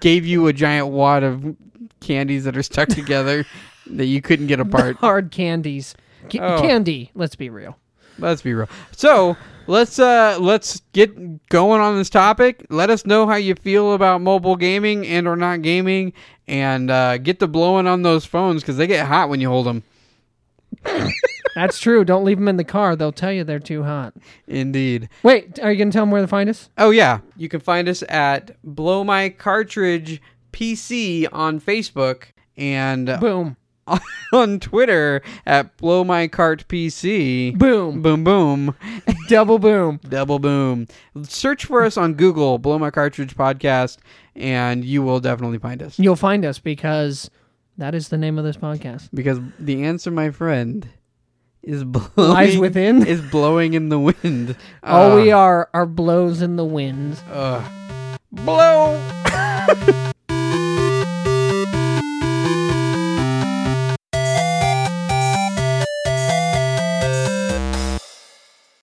gave you a giant wad of candies that are stuck together that you couldn't get apart. Hard candies. Ca- Oh. Candy, let's be real. Let's be real. So let's uh let's get going on this topic. Let us know how you feel about mobile gaming and or not gaming, and uh, get to blowing on those phones because they get hot when you hold them. That's true. Don't leave them in the car. They'll tell you they're too hot. Indeed. Wait, are you going to tell them where to find us? Oh yeah, you can find us at Blow My Cartridge PC on Facebook and Boom. on Twitter at Blow My Cart PC. Boom. Boom boom. Double boom. Double boom. Search for us on Google, Blow My Cartridge Podcast, and you will definitely find us. You'll find us because that is the name of this podcast. Because the answer, my friend, is blowing, Lies within? Is blowing in the wind. All we are are blows in the wind. Uh, blow.